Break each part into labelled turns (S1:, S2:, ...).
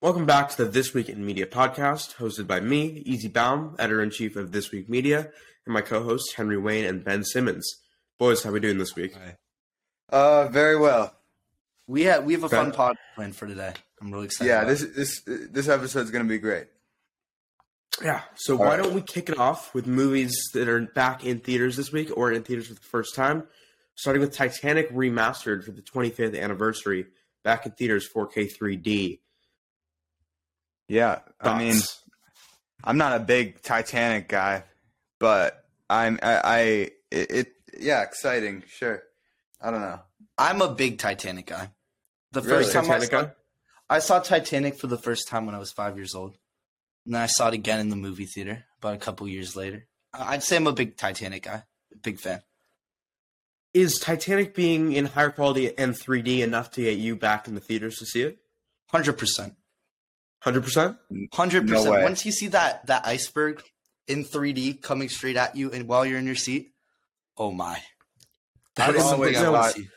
S1: Welcome back to the This Week in Media podcast, hosted by me, Easy Baum, editor in chief of This Week Media, and my co hosts, Henry Wayne and Ben Simmons. Boys, how we doing this week?
S2: Uh, very well.
S3: We have we have a
S1: Ben?
S3: fun pod planned for today. I'm really excited.
S2: Yeah,
S3: about
S2: this
S3: it.
S2: this this episode's gonna be great.
S1: Yeah. So
S2: All
S1: why
S2: right.
S1: don't we kick it off with movies that are back in theaters this week or in theaters for the first time, starting with Titanic remastered for the 25th anniversary, back in theaters 4K 3D.
S2: Yeah, I mean,
S1: Thoughts?
S2: I'm not a big Titanic guy, but I'm I, I it, it yeah exciting sure. I don't know.
S3: I'm a big Titanic guy. The
S2: Really?
S3: first time I
S1: Titanic
S3: saw,
S1: guy?
S3: I saw Titanic for the first time when I was five years old, and then I saw it again in the movie theater about a couple years later. I- I'd say I'm a big Titanic guy, big fan.
S1: Is Titanic being in higher quality and 3D enough to get you back in the theaters to see it?
S3: Hundred percent,
S1: 100%?
S3: hundred
S2: No way.
S3: percent. Once you see that that iceberg in 3D coming straight at you, and while you're in your seat, oh my! That
S1: I've
S3: is something
S1: always
S3: I want
S2: thought-
S3: to see.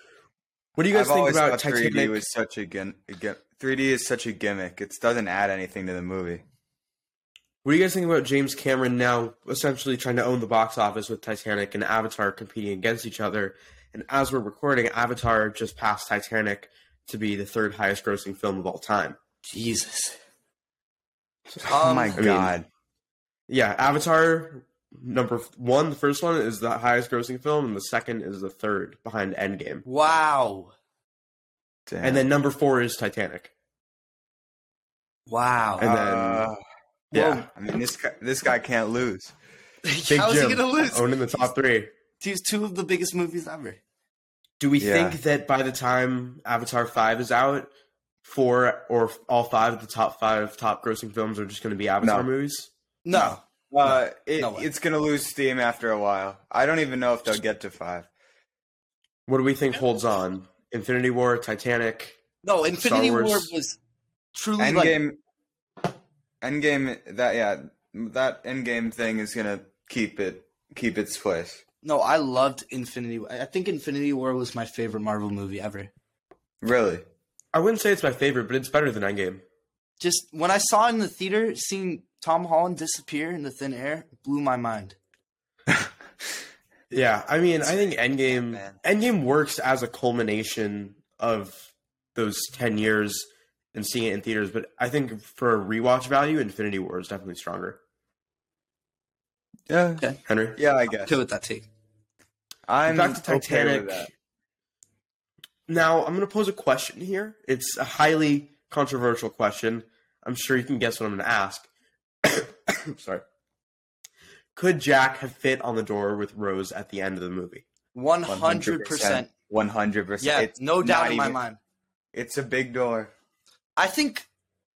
S1: What do you guys
S2: I've
S1: think
S2: always
S1: about
S2: thought
S1: Titanic?
S2: 3D was such a gim- a gim- 3D is such a gimmick. It doesn't add anything to the movie.
S1: What do you guys think about James Cameron now essentially trying to own the box office with Titanic and Avatar competing against each other? And as we're recording, Avatar just passed Titanic to be the third highest grossing film of all time.
S3: Jesus.
S2: oh
S3: Um,
S2: my
S3: I
S1: mean-
S2: god!
S1: Yeah, Avatar number f- one, the first one is the highest grossing film, and the second is the third behind Endgame.
S3: Wow.
S2: Damn.
S1: And then number four is Titanic.
S3: Wow.
S1: and then-
S2: Uh,
S1: Yeah.
S2: I mean this guy, this guy can't lose.
S1: Big
S3: How is
S1: Jim
S3: he gonna lose?
S1: Owning the top three.
S3: These two of the biggest movies ever.
S1: Do we
S2: Yeah.
S1: think that by the time Avatar Five is out, four or all five of the top five top grossing films are just going to be Avatar
S2: No.
S1: movies?
S3: No.
S2: Uh, it,
S3: no way.
S2: it's gonna lose steam after a while. I don't even know if they'll get to five.
S1: What do we think holds on? Infinity War, Titanic.
S3: No, Infinity War
S1: Wars.
S3: was truly like
S2: Endgame, Endgame. That yeah, that Endgame thing is gonna keep it keep its place.
S3: no, I loved Infinity War. I I think Infinity War was my favorite Marvel movie ever.
S2: Really,
S1: I wouldn't say it's my favorite, but it's better than Endgame.
S3: Just when I saw it in the theater, seeing Tom Holland disappear in the thin air blew my mind.
S1: Yeah, I mean, I think Endgame
S2: Man.
S1: Endgame works as a culmination of those ten years and seeing it in theaters. But I think for a rewatch value, Infinity War is definitely stronger.
S2: yeah,
S3: Okay.
S1: Henry,
S2: yeah. I guess
S3: Okay with that take.
S2: I'm
S1: back to
S2: okay with
S1: Titanic.
S2: that.
S1: Now, I'm going to pose a question here. It's a highly controversial question. I'm sure you can guess what I'm going to ask. Sorry. Could Jack have fit on the door with Rose at the end of the movie?
S3: One hundred percent.
S2: 100 percent.
S3: Yeah,
S2: It's
S3: no doubt
S2: not
S3: in my
S2: even-
S3: mind.
S2: It's a big door.
S3: I think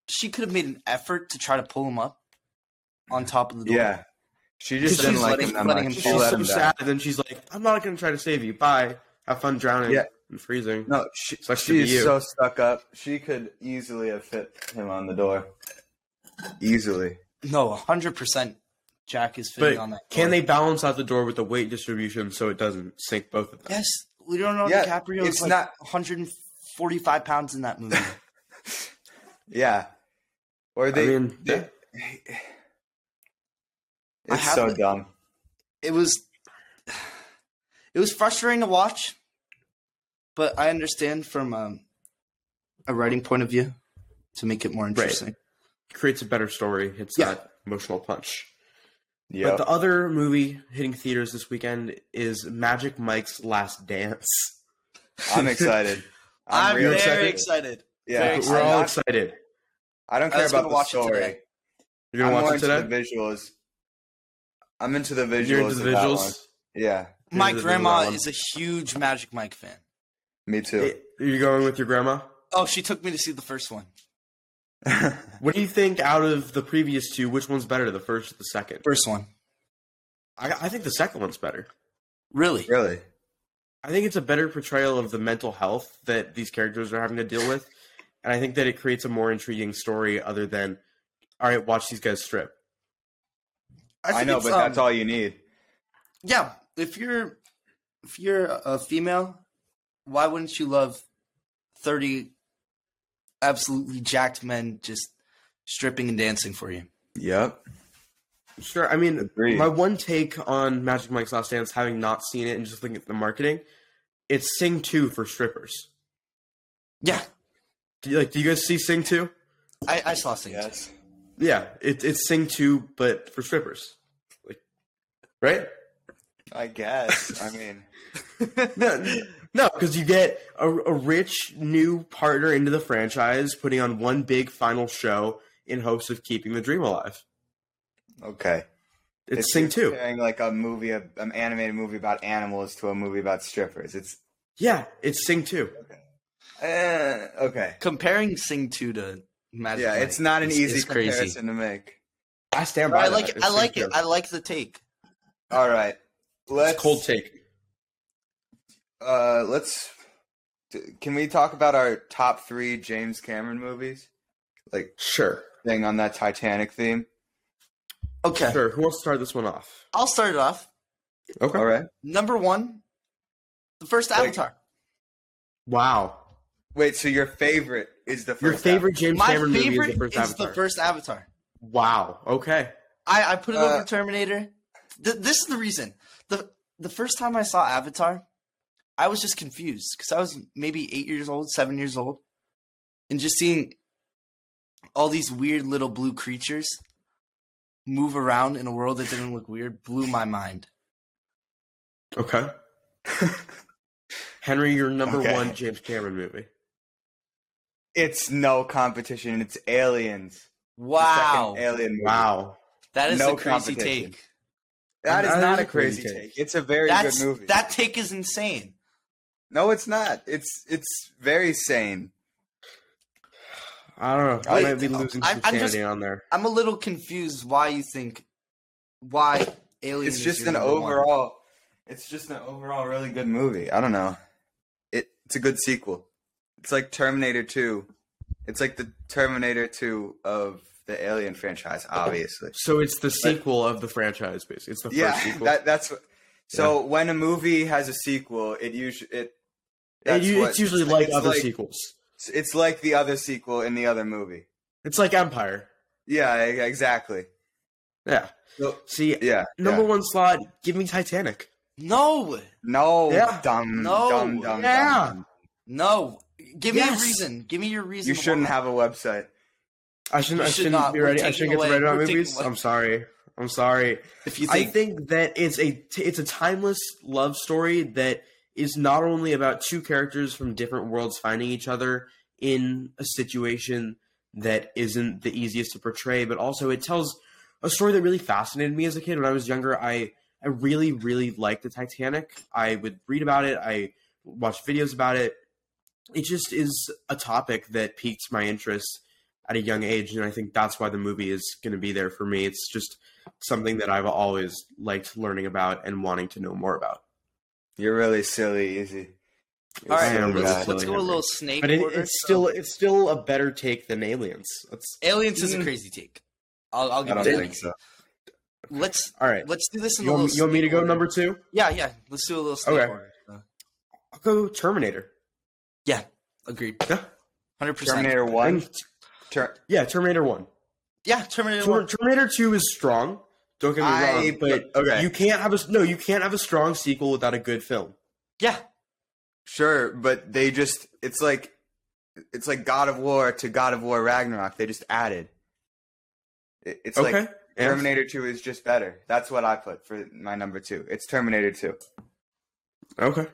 S3: she could have made an effort to try to pull him up on top of the door.
S2: Yeah, she just
S1: She's
S2: didn't like
S3: letting-
S2: him that
S3: letting
S2: much.
S3: him
S2: She
S3: fall.
S2: let
S1: so
S2: him down.
S1: sad, and then she's like, I'm not going to try to save you. Bye. Have fun drowning
S2: Yeah.
S1: and freezing.
S2: No, she,
S1: Sucks to
S2: she
S1: be
S2: is
S1: you.
S2: so stuck up. She could easily have fit him on the door. Easily.
S3: No, hundred percent. Jack is fitting
S1: But
S3: on that.
S1: can
S3: door.
S1: they balance out the door with the weight distribution so it doesn't sink both of them?
S3: Yes, Leonardo
S2: Yeah,
S3: DiCaprio
S2: it's
S3: is like
S2: not-
S3: 145 pounds in that movie.
S2: Yeah. Or they.
S1: I mean, yeah.
S2: they-
S3: I
S2: it's
S3: have
S2: so
S3: to-
S2: dumb.
S3: it was, it was frustrating to watch, but I understand from um, a writing point of view to make it more interesting.
S1: creates a better story, hits
S3: Yeah.
S1: that emotional punch.
S2: Yeah.
S1: But the other movie hitting theaters this weekend is Magic Mike's Last Dance.
S2: I'm excited.
S3: I'm,
S2: real
S3: very excited.
S2: Yeah.
S3: very
S1: We're
S3: excited.
S1: all
S2: I'm not-
S1: excited.
S2: I don't
S3: I
S2: care
S3: was
S2: about
S3: gonna
S2: the
S3: watch it
S2: story.
S3: today.
S1: You're gonna
S2: I'm more
S1: watch it
S2: into
S1: today.
S2: the visuals. I'm into the visuals.
S1: You're into
S2: of
S1: the
S2: that one.
S1: visuals.
S2: Yeah.
S3: My
S1: Here's the
S3: grandma
S1: new
S3: is a huge Magic Mike fan.
S2: Me too.
S1: It- Are you going with your grandma?
S3: Oh, she took me to see the first one.
S1: What do you think out of the previous two? Which one's better, the first or the second?
S3: First one,
S1: I, I think the second one's better.
S3: really?
S2: really?
S1: I think it's a better portrayal of the mental health that these characters are having to deal with, and I think that it creates a more intriguing story other than, all right, watch these guys strip.
S2: I,
S3: think
S2: know,
S3: it's,
S2: but
S3: um,
S2: that's all you need.
S3: Yeah, if you're if you're a female, why wouldn't you love thirty absolutely jacked men just stripping and dancing for you.
S2: Yep.
S1: Sure. I mean,
S2: Agreed.
S1: my one take on Magic Mike's Last Dance, having not seen it and just looking at the marketing, it's Sing Two for strippers.
S3: Yeah,
S1: Do you, like, do you guys see Sing Two?
S3: I, I saw things.
S2: Yes.
S1: Yeah, it, it's Sing Two, but for strippers. Like, right?
S2: I guess. I mean,
S1: No, no, because you get a, a rich new partner into the franchise, putting on one big final show in hopes of keeping the dream alive.
S2: okay.
S1: It's,
S2: If
S1: Sing
S2: you're
S1: Two.
S2: comparing, like a movie, an animated movie about animals to a movie about strippers. It's
S1: Yeah, it's Sing Two.
S2: eh, okay.
S3: Comparing Sing Two to Magic.
S2: Yeah,
S3: Mike
S2: it's not an
S3: is-
S2: easy
S3: is
S2: comparison to make.
S1: I stand by.
S3: I
S1: that.
S3: like it.
S1: It's
S3: I
S1: Sing
S3: like it.
S1: Two.
S3: I like the take.
S2: All right,
S1: It's
S2: let's
S1: a cold take.
S2: Uh, let's. d- Can we talk about our top three James Cameron movies? Like
S1: Sure.
S2: thing on that Titanic theme.
S3: Okay,
S1: Sure. Who wants to start this one off?
S3: I'll start it off.
S1: Okay.
S2: All right.
S3: Number one, the first
S2: Wait.
S3: Avatar.
S1: Wow.
S2: Wait. So your favorite is the first.
S1: Your favorite James
S3: My
S1: Cameron movie
S3: favorite
S1: is the first Avatar.
S3: Avatar.
S1: Wow. Okay.
S3: I, I put it
S2: Uh,
S3: over Terminator. Th- this is the reason. the The first time I saw Avatar, I was just confused because I was maybe eight years old, seven years old, and just seeing all these weird little blue creatures move around in a world that didn't look weird blew my mind.
S1: Okay. Henry, your number
S2: Okay.
S1: one James Cameron movie.
S2: It's no competition. It's Aliens. The
S3: Wow,
S2: second Alien. Movie.
S1: Wow.
S3: that is
S2: no
S3: a crazy
S2: competition.
S3: take.
S2: That is
S1: That
S2: not
S1: is
S2: a crazy take. It's a very
S3: That's
S2: good movie.
S3: that take is insane.
S2: no, it's not. It's it's very sane.
S1: I don't know. I
S3: Wait,
S1: might be losing some
S3: I'm- I'm
S1: sanity
S3: just-
S1: on there.
S3: I'm a little confused why you think why Alien.
S2: It's
S3: is
S2: just
S3: your
S2: an
S3: number one.
S2: overall. It's just an overall really good movie. I don't know. It it's a good sequel. It's like Terminator Two. It's like the Terminator Two of the Alien franchise, obviously.
S1: So it's the sequel of the franchise, basically. It's the first
S2: yeah,
S1: sequel.
S2: that, that's what- so. When a movie has a sequel, it usually it.
S1: It
S2: that's
S1: u-
S2: what-
S1: it's usually like
S2: it's
S1: other
S2: like-
S1: sequels.
S2: It's like the other sequel in the other movie.
S1: It's like Empire.
S2: Yeah, e- exactly.
S1: Yeah.
S2: So-
S1: See,
S2: Yeah.
S1: number
S2: yeah.
S1: one slot, give me Titanic.
S3: No,
S2: No.
S1: Yeah.
S2: Dumb.
S3: No.
S2: Dumb. Dumb.
S1: Yeah.
S2: Dumb.
S3: no. Give me
S1: Yes.
S3: a reason. Give me your reason.
S2: You shouldn't
S3: why.
S2: have a website.
S1: I shouldn't.
S3: You
S1: I
S3: should
S1: shouldn't
S3: not.
S1: be
S3: We're
S1: ready. I
S3: taking
S1: shouldn't get
S3: away-
S1: to write about
S3: we're taking
S1: movies.
S3: away-
S1: I'm sorry. I'm sorry.
S3: If you
S1: I
S3: think,
S1: think that it's a t- it's a timeless love story that is not only about two characters from different worlds finding each other in a situation that isn't the easiest to portray, but also it tells a story that really fascinated me as a kid when I was younger. I I really really liked the Titanic. I would read about it. I watched videos about it. It just is a topic that piqued my interest at a young age, and I think that's why the movie is going to be there for me. It's just something that I've always liked learning about and wanting to know more about.
S2: You're really silly, Easy.
S3: all right,
S1: Yeah,
S3: let's,
S1: really
S3: let's
S1: silly
S3: go a
S1: number.
S3: little snake.
S1: But it,
S3: order.
S1: it's still it's still a better take than Aliens. That's
S3: aliens is a
S1: Mm.
S3: crazy take. I'll, I'll
S2: I
S3: give
S2: don't
S3: you that.
S2: think so.
S3: Let's
S1: all right.
S3: let's do this in
S1: You
S3: a
S1: want,
S3: little.
S1: you want me to
S3: snake
S1: go
S3: order.
S1: number two?
S3: Yeah, yeah. Let's do a little snake
S1: Okay.
S3: order. So,
S1: I'll go Terminator.
S3: Agreed.
S1: Yeah.
S3: Hundred percent.
S2: Terminator
S1: I
S2: One.
S1: think-
S2: Ter-
S1: yeah, Terminator One.
S3: Yeah, Terminator.
S1: Ter-
S3: One.
S1: Terminator Two is strong. Don't get me
S2: I-
S1: wrong, but
S2: okay.
S1: you can't have a no. You can't have a strong sequel without a good film.
S3: Yeah,
S2: sure, but they just it's like it's like God of War to God of War Ragnarok. They just added. It- It's
S1: okay.
S2: like
S1: Yeah.
S2: Terminator Two is just better. That's what I put for my number two. It's Terminator Two.
S1: Okay.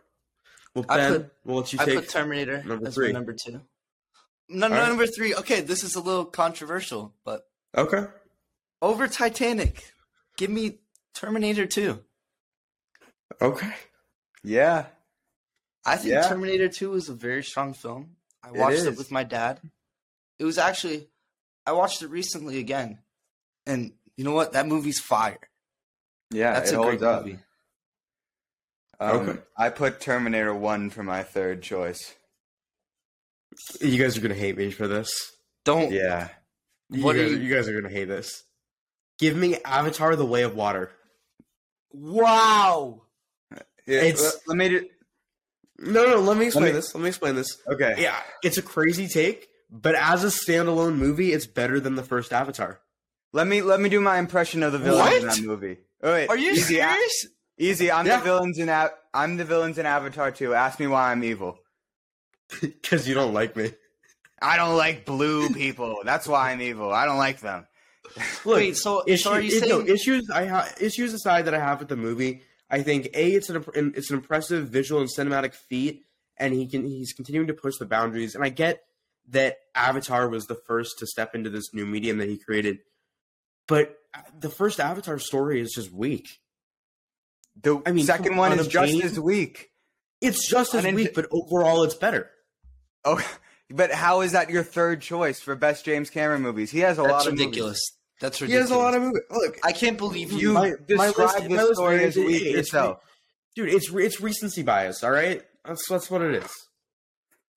S1: Well,
S3: I
S1: Ben,
S3: put-
S1: we'll let you
S3: I
S1: take.
S3: put Terminator
S1: number
S3: as my
S1: three.
S3: number two. No,
S1: right.
S3: number three. Okay, this is a little controversial, but
S1: okay.
S3: over Titanic, give me Terminator Two.
S1: Okay.
S2: Yeah,
S3: I think
S2: Yeah.
S3: Terminator 2 is a very strong film. I
S2: It
S3: watched it,
S2: is.
S3: with my dad. It was actually, I watched it recently again. And you know what? That movie's fire.
S2: yeah,
S3: That's
S2: it
S3: a
S2: holds
S3: great
S2: up.
S3: movie.
S2: Um,
S1: Okay.
S2: I put Terminator One for my third choice.
S1: You guys are gonna hate me for this.
S3: Don't.
S2: Yeah,
S1: What
S3: What
S1: you,
S3: are
S1: guys,
S3: you-
S1: you guys are gonna hate this. Give me Avatar: The Way of Water.
S3: Wow.
S2: Yeah,
S1: It's-
S2: let- let me do.
S1: No, no, let me explain
S2: me-
S1: this. Let me explain this.
S2: Okay,
S1: Yeah, it's a crazy take, But as a standalone movie, it's better than the first Avatar.
S2: Let me let me do my impression of the villains in
S3: What?
S2: that movie. Oh, wait,
S3: Are you
S2: easy, I-
S3: serious?
S2: easy. I'm
S1: Yeah.
S2: the villains in A- I'm the villains in Avatar 2. Ask me why I'm evil.
S1: Because you don't like me.
S2: I don't like blue people. That's why I'm evil. I don't like them.
S1: Look,
S3: Wait, so,
S1: issue,
S3: so are you
S1: it-
S3: saying?
S1: no, issues I ha- issues aside that I have with the movie, I think a it's an imp- it's an impressive visual and cinematic feat, and he can he's continuing to push the boundaries. And I get that Avatar was the first to step into this new medium that he created, but the first Avatar story is just weak.
S2: The
S1: I mean,
S2: second
S1: come
S2: one
S1: on,
S2: is
S1: a
S2: just
S1: game?
S2: as weak.
S1: It's just as
S2: Uninten-
S1: weak, but overall it's better.
S2: Oh, but how is that your third choice for best James Cameron movies? He has a lot
S3: that's
S2: of
S3: ridiculous. That's
S1: He
S3: ridiculous.
S1: has a lot of movies. Look,
S3: I can't believe
S2: movies.
S3: you.
S2: You
S1: My- my
S2: describe
S1: list- my
S2: the
S1: list
S2: story
S1: is-
S2: as weak
S1: it's-
S2: yourself.
S1: dude, it's re- it's recency bias. All right, that's that's what it is.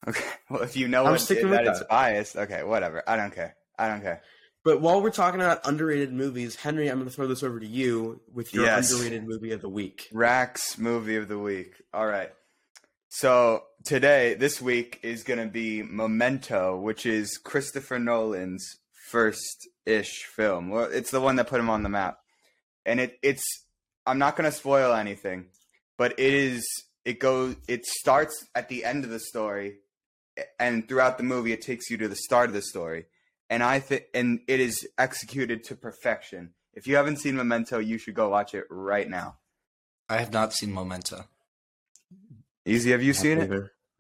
S2: Okay. Well, if you know
S1: I'm
S2: it,
S1: sticking
S2: that
S1: with
S2: it's
S1: that.
S2: biased, okay, whatever. I don't care. I don't care.
S1: But while we're talking about underrated movies, Henry, I'm going to throw this over to you with your
S2: Yes.
S1: underrated movie of the week.
S2: Rax movie of the week. All right. So today, this week is going to be Memento, which is Christopher Nolan's first ish film. Well, it's the one that put him on the map, and it it's. I'm not going to spoil anything, but it is. It goes. It starts at the end of the story, and throughout the movie, it takes you to the start of the story, and I think and it is executed to perfection. If you haven't seen Memento, you should go watch it right now.
S3: I have not seen Memento.
S2: Easy, have you seen it?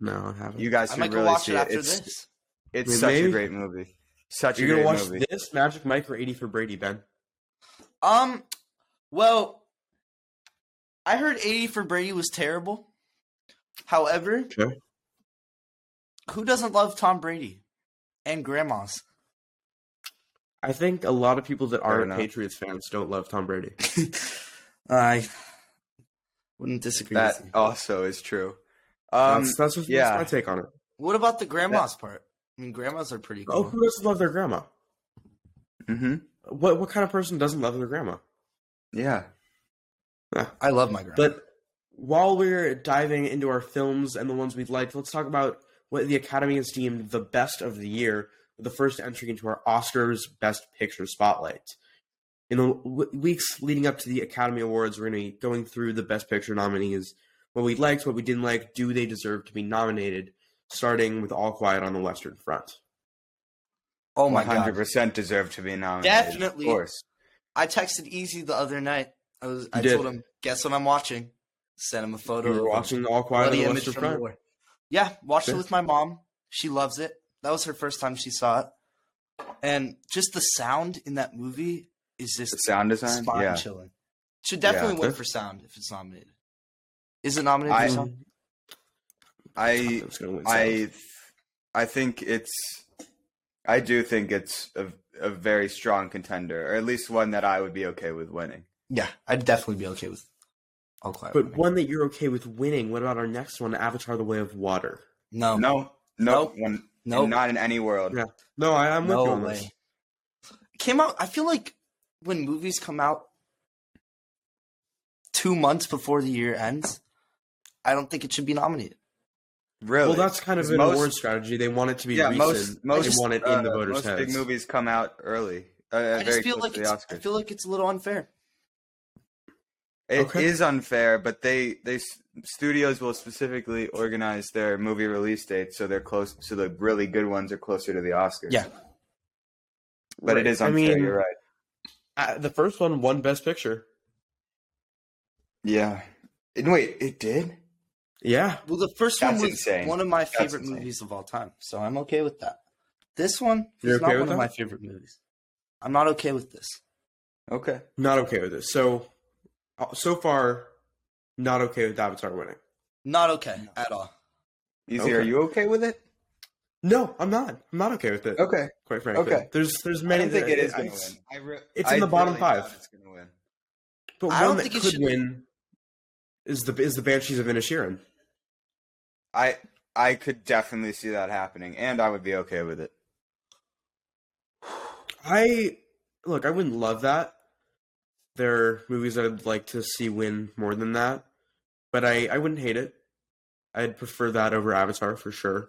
S1: No, I haven't.
S2: You guys
S3: I
S2: should
S3: might
S2: really
S3: go watch
S2: see
S3: it after
S2: It's,
S3: this.
S2: it's
S1: Wait,
S2: such a
S1: maybe?
S2: great movie. Such
S1: You're
S2: a
S1: going to
S2: great
S1: watch
S2: movie.
S1: this, Magic Mike, or 80 for Brady, Ben?
S3: Um, well, I heard 80 for Brady was terrible. However,
S1: Okay.
S3: who doesn't love Tom Brady and grandmas?
S1: I think a lot of people that
S2: Fair
S1: aren't
S2: enough.
S1: Patriots fans don't love Tom Brady.
S3: I wouldn't disagree
S2: That
S3: with you.
S2: also is true. Um,
S1: that's, that's, what-
S2: yeah.
S1: that's my take on it.
S3: What about the grandmas part? I mean, grandmas are pretty
S1: Oh,
S3: cool.
S1: who doesn't love their grandma?
S2: hmm
S1: What what kind of person doesn't love their grandma?
S2: Yeah.
S3: I love my grandma.
S1: But while we're diving into our films and the ones we'd liked, let's talk about what the Academy has deemed the best of the year, the first entry into our Oscars Best Picture spotlight. In the w- weeks leading up to the Academy Awards, we're going to be going through the Best Picture nominees, what we liked, what we didn't like, do they deserve to be nominated, starting with All Quiet on the Western Front.
S3: oh my god,
S2: 100% deserve to be nominated.
S3: Definitely.
S2: Of course.
S3: I texted Easy the other night. I was I
S1: did.
S3: told him, guess what I'm watching. Sent him a photo
S1: We were
S3: of
S1: watching All
S3: a
S1: Quiet on
S3: bloody
S1: the
S3: image
S1: Western
S3: from the
S1: Front.
S3: war. Yeah, watched
S1: Yeah.
S3: it with my mom. She loves it. That was her first time she saw it. And just the sound in that movie is
S2: The
S3: just
S2: sound design?
S3: spine
S2: Yeah.
S3: chilling. Should definitely
S1: Yeah.
S3: win for sound if it's nominated. Is it nominated
S2: I-
S3: for sound?
S2: I
S1: It's gonna win some.
S2: I I think it's I do think it's a, a very strong contender, or at least one that I would be okay with winning.
S3: Yeah, I'd definitely be okay with All Quiet.
S1: But
S3: winning.
S1: one that you're okay with winning. What about our next one, Avatar: The Way of Water?
S3: no, no,
S2: No, no,
S3: Oh. Nope.
S2: one,
S3: no,
S2: not in any world.
S1: Yeah. No, I, I'm with you
S3: no
S1: on this.
S3: way. Came out. I feel like when movies come out two months before the year ends, I don't think it should be nominated.
S2: Really?
S1: Well, that's kind of
S2: Because
S1: an
S2: most-
S1: award strategy. They want it to be
S2: yeah,
S1: recent.
S2: most
S1: they
S2: most
S1: want it
S2: uh,
S1: in the voters'
S2: most
S1: heads.
S2: big movies come out early. Uh,
S3: I just
S2: very
S3: feel
S2: close
S3: like
S2: to the
S3: it's, I
S2: Oscars.
S3: feel like it's a little unfair.
S2: It
S1: Okay.
S2: is unfair, but they they s- studios will specifically organize their movie release dates so they're close. So the really good ones are closer to the Oscars.
S3: Yeah.
S2: but
S1: Right.
S2: it is
S1: I
S2: unfair.
S1: mean,
S2: you're right.
S1: uh, the first one won Best Picture.
S2: Yeah. And wait, it did.
S1: Yeah,
S3: Well, the first
S2: That's
S3: one was
S2: insane.
S3: one of my
S2: That's
S3: favorite
S2: insane.
S3: movies of all time, so I'm okay with that. This one
S1: You're
S3: is
S1: okay
S3: not
S1: with
S3: one of
S1: that?
S3: my favorite movies. I'm not okay with this.
S2: Okay.
S1: not okay with this. So, uh, so far, not okay with Avatar winning.
S3: Not okay at all.
S2: Easy.
S1: Okay.
S2: Are you okay with it?
S1: No, I'm not. I'm not okay with it.
S2: Okay.
S1: Quite frankly,
S2: Okay.
S1: there's there's
S2: I
S1: many.
S2: don't think
S1: that-
S2: it is going to
S1: it's-
S2: win. I re-
S1: it's in the bottom
S2: doubt
S1: five.
S2: It's going to win.
S1: But
S3: I don't
S1: one that
S3: think it
S1: could
S3: should-
S1: win is the is the Banshees of Inisherin.
S2: I I could definitely see that happening, and I would be okay with it.
S1: I look, I wouldn't love that. There are movies that I'd like to see win more than that, but I, I wouldn't hate it. I'd prefer that over Avatar for sure.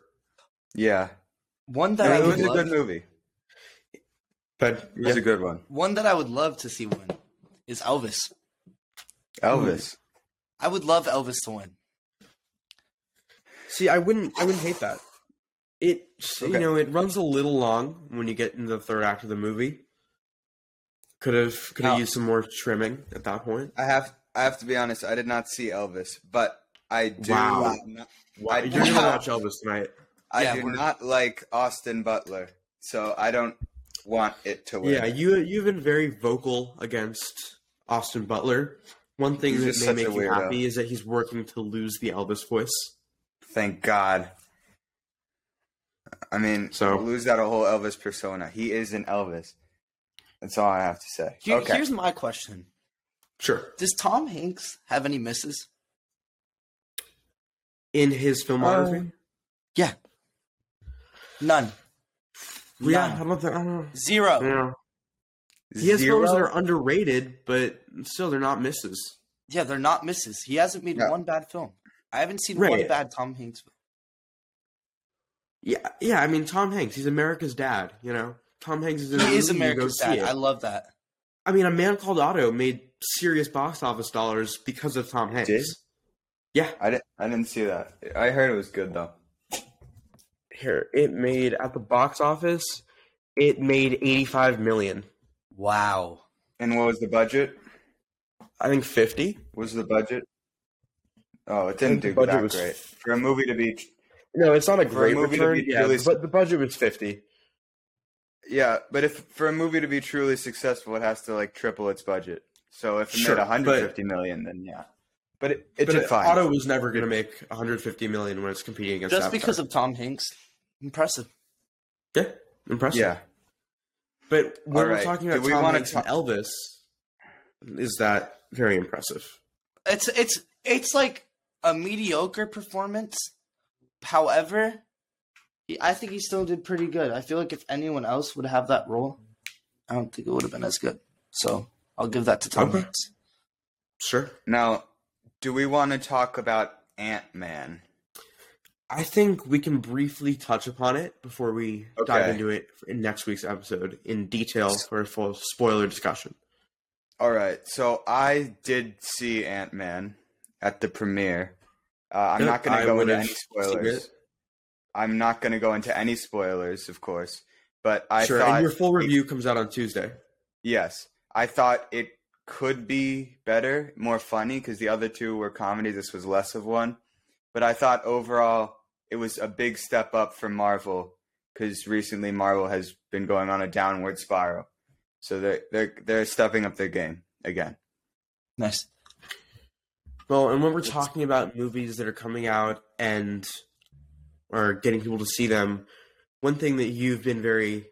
S2: Yeah.
S3: One that
S2: No,
S3: I
S2: it
S3: would
S2: was a
S3: love,
S2: good movie.
S1: But
S2: It was a good one.
S3: one that I would love to see win is Elvis.
S2: Elvis.
S3: I would love Elvis to win.
S1: See, I wouldn't. I wouldn't hate that. It you
S2: Okay.
S1: know it runs a little long when you get into the third act of the movie. Could have could have
S3: Now-
S1: used some more trimming at that point.
S2: I have I have to be honest. I did not see Elvis, but I do.
S1: Wow.
S2: Not,
S1: Wow,
S2: I-
S1: you're gonna watch Elvis tonight.
S2: I
S3: Yeah,
S2: do
S3: we're-
S2: not like Austin Butler, so I don't want it to win.
S1: Yeah, you you've been very vocal against Austin Butler. One thing
S2: He's just
S1: that may
S2: such a
S1: make you
S2: weirdo.
S1: happy is that he's working to lose the Elvis voice.
S2: Thank God. I mean,
S1: So-
S2: lose out a whole Elvis persona. He is an Elvis. That's all I have to say.
S3: Here,
S2: okay.
S3: Here's my question:
S1: Sure.
S3: Does Tom Hanks have any misses?
S1: In his
S3: Um,
S1: filmography,
S3: None.
S1: yeah,
S3: none.
S1: I don't think. I don't
S3: Zero.
S2: Mm.
S1: know. He has
S2: Zero?
S1: films that are underrated, but still they're not misses.
S3: Yeah, they're not misses. He hasn't made
S2: Yeah.
S3: one bad film. I haven't seen
S1: Right.
S3: one bad Tom Hanks film.
S1: Yeah, yeah. I mean, Tom Hanks. He's America's dad. You know, Tom Hanks is. In a
S3: He is
S1: movie, you go
S3: America's
S1: see
S3: dad.
S1: it.
S3: I love that.
S1: I mean, A Man Called Otto made serious box office dollars because of Tom Hanks.
S2: did?
S1: Yeah,
S2: I didn't. I didn't see that. I heard it was good though.
S1: here it made at the box office. It made eighty-five million.
S3: Wow.
S2: And what was the budget?
S1: I think fifty.
S2: Was the budget? Oh, it
S1: I think
S2: didn't
S1: the
S2: do
S1: budget
S2: that
S1: was-
S2: great for a movie to be.
S1: No, it's not a
S2: For a
S1: great
S2: movie to
S1: return.
S2: be
S1: yeah,
S2: really-
S1: but the budget was fifty.
S2: Yeah, but if for a movie to be truly successful, it has to like triple its budget. So if it
S1: Sure,
S2: made
S1: but-
S2: 150 million, then yeah. But it, it did
S1: but
S2: fine.
S1: Otto was never going to make one hundred fifty million when it's competing against.
S3: Just
S1: Avatar.
S3: because of Tom Hanks. Impressive.
S1: yeah, impressive.
S2: yeah.
S1: But when
S2: All
S1: we're
S2: right.
S1: talking about
S2: Do we
S1: Tom
S2: wanna
S1: Hanks and Elvis, is that very impressive?
S3: It's it's it's like a mediocre performance. However, he, I think he still did pretty good. I feel like if anyone else would have that role, I don't think it would have been as good. So I'll give that to Tom
S1: Okay.
S3: Hanks.
S1: Sure.
S2: Now, do we want to talk about Ant Man?
S1: I think we can briefly touch upon it before we
S2: Okay.
S1: dive into it in next week's episode in detail for a full spoiler discussion.
S2: All right. So I did see Ant Man at the premiere. Uh, I'm
S1: Yep,
S2: not going
S1: I
S2: to go into
S1: would've
S2: any
S1: seen
S2: spoilers.
S1: it.
S2: I'm not going to go into any spoilers, of course. But I
S1: sure,
S2: thought
S1: and your full review comes out on Tuesday.
S2: Yes. I thought it could be better, more funny, because the other two were comedy. This was less of one. But I thought overall it was a big step up for Marvel, because recently Marvel has been going on a downward spiral. So they're, they're, they're stepping up their game again.
S3: Nice.
S1: Well, and when we're talking about movies that are coming out and or getting people to see them, one thing that you've been very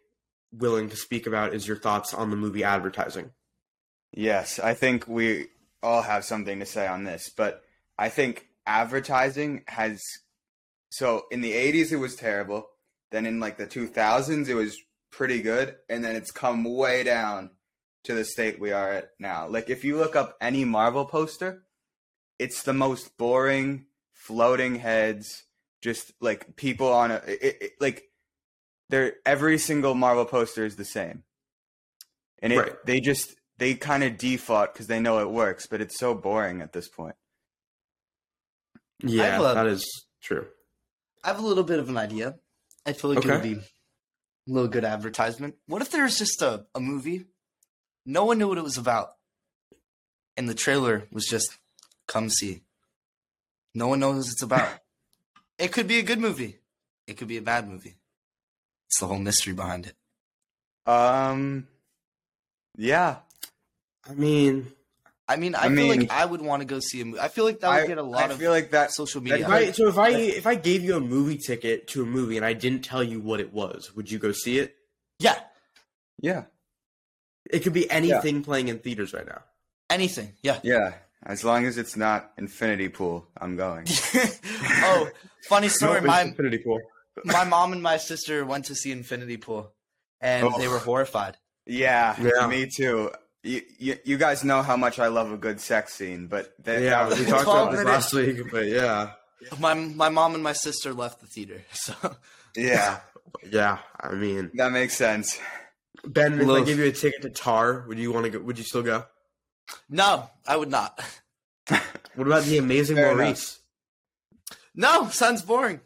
S1: willing to speak about is your thoughts on the movie advertising.
S2: Yes, I think we all have something to say on this, but I think advertising has. So in the 80s, it was terrible. Then in like the 2000s, it was pretty good. And then it's come way down to the state we are at now. Like if you look up any Marvel poster, it's the most boring, floating heads, just like people on a. It, it, like they're, every single Marvel poster is the same. And it,
S1: Right.
S2: they just they kind of default because they know it works, but it's so boring at this point.
S1: Yeah,
S3: love-
S1: that is true.
S3: I have a little bit of an idea. I feel like it would
S1: Okay.
S3: be a little good advertisement. What if there was just a, a movie? No one knew what it was about. And the trailer was just come see. No one knows what it's about. it could be a good movie. It could be a bad movie. It's the whole mystery behind it.
S2: Um, yeah,
S1: I mean,
S3: I mean, I,
S2: I
S3: feel
S2: mean-
S3: like I would want to go see a movie. I feel like that would
S2: I,
S3: get a lot
S2: I
S3: of
S2: feel like that.
S3: social
S2: that
S3: media.
S1: If I, so if I if I gave you a movie ticket to a movie and I didn't tell you what it was, would you go see it?
S3: yeah,
S2: Yeah,
S1: It could be anything playing in theaters right now.
S3: anything. Yeah.
S2: yeah. As long as it's not Infinity Pool, I'm going.
S3: oh, funny story.
S1: Nope, it's
S3: My
S1: Infinity Pool.
S3: my mom and my sister went to see Infinity Pool, and
S2: Oh.
S3: they were horrified.
S2: yeah,
S1: Yeah.
S2: me too. You, you, you guys know how much I love a good sex scene, but that,
S1: Yeah,
S2: that was
S1: we
S2: the
S1: talked
S2: one.
S1: about this last week, but yeah,
S3: My my mom and my sister left the theater. So
S2: Yeah,
S1: Yeah, I mean,
S2: That makes sense.
S1: Ben, if I
S3: Love.
S1: give you a ticket to Tar, would you want to go? Would you still go?
S3: No, I would not.
S1: What about the amazing
S2: Fair enough.
S1: Maurice?
S3: No, sounds boring.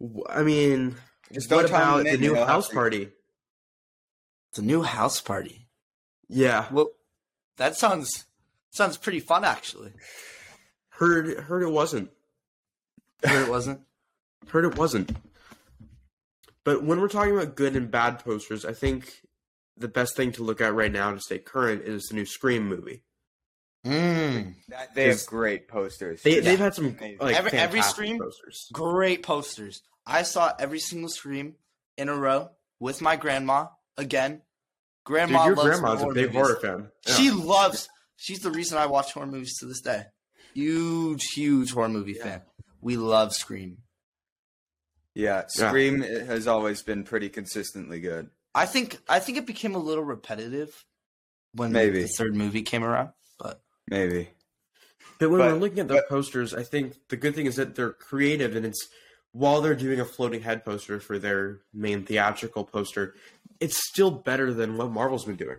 S1: W- I mean,
S2: Just
S1: what
S2: don't tell
S1: about
S2: me
S1: the
S2: Nick,
S1: new
S2: you'll have
S1: house
S2: to-
S1: party?
S3: It's a new house party.
S1: Yeah,
S3: Well, that sounds sounds pretty fun actually.
S1: heard heard it wasn't.
S3: But it wasn't.
S1: Heard it wasn't. But when we're talking about good and bad posters, I think the best thing to look at right now to stay current is the new Scream movie.
S3: Mm.
S2: That- they have
S1: Just-
S2: great posters.
S1: They,
S3: Yeah.
S1: They've had some
S2: Amazing.
S1: like
S3: Every- every
S1: fantastic
S3: Scream-
S1: posters.
S3: Great posters. I saw every single scream in a row with my grandma again.
S1: Dude,
S3: Grandma
S1: your
S3: loves
S1: grandma's a
S3: horror
S1: big
S3: movies.
S1: horror fan. Yeah.
S3: She loves. She's the reason I watch horror movies to this day. Huge, huge horror movie
S1: Yeah.
S3: fan. We love Scream.
S2: yeah, Scream has always been pretty consistently good.
S3: I think. I think it became a little repetitive when
S2: Maybe.
S3: the third movie came around. But
S2: Maybe.
S1: But when
S2: But-
S1: we're looking at the
S2: but-
S1: posters, I think the good thing is that they're creative, and it's while they're doing a floating head poster for their main theatrical poster, it's still better than what Marvel's been doing.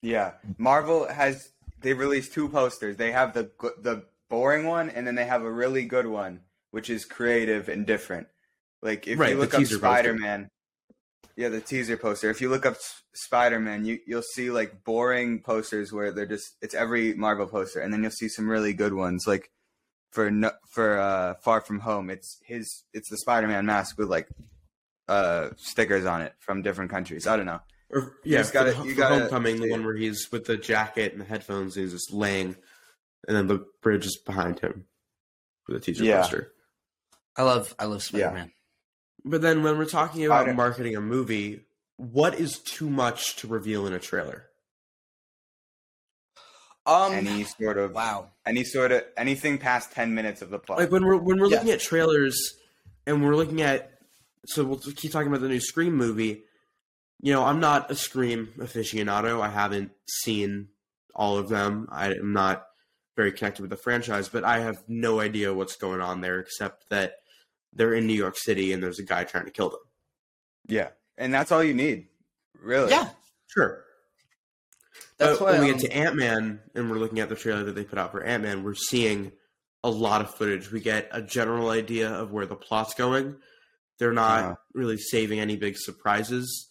S2: Yeah,
S1: Mm-hmm.
S2: Marvel has they released two posters. They have the go- the boring one, and then they have a really good one, which is creative and different. Like if
S1: Right,
S2: you
S1: the
S2: look up
S1: teaser poster.
S2: Spider Man, yeah, the teaser poster. If you look up Spider Man, you you'll see like boring posters where they're just it's every Marvel poster, and then you'll see some really good ones like. For no, for uh, Far From Home, it's his it's the Spider Man mask with like uh stickers on it from different countries. I don't know.
S1: Or yeah,
S2: just
S1: for,
S2: gotta-
S1: the-
S2: you
S1: for
S2: gotta
S1: Homecoming, the
S2: see
S1: one
S2: it.
S1: where he's with the jacket and the headphones, and he's just laying, and then the bridge is behind him with a teaser
S2: Yeah.
S1: poster.
S3: I love. I love Spider Man.
S1: But then when we're talking about
S2: Spider-
S1: marketing a movie, what is too much to reveal in a trailer?
S3: Um.
S2: Any sort of
S3: wow.
S2: any sort of anything past 10 minutes of the plot
S1: like when we're when we're
S3: Yeah.
S1: looking at trailers and we're looking at so we'll just keep talking about the new scream movie you know i'm not a scream aficionado i haven't seen all of them i am not very connected with the franchise but i have no idea what's going on there except that they're in new york city and there's a guy trying to kill them
S2: yeah and that's all you need really
S3: Yeah.
S1: sure
S3: That's
S1: but
S3: why.
S1: Oh, when we
S3: um,
S1: get to Ant Man and we're looking at the trailer that they put out for Ant Man, we're seeing a lot of footage. We get a general idea of where the plot's going. They're not
S2: Yeah.
S1: really saving any big surprises.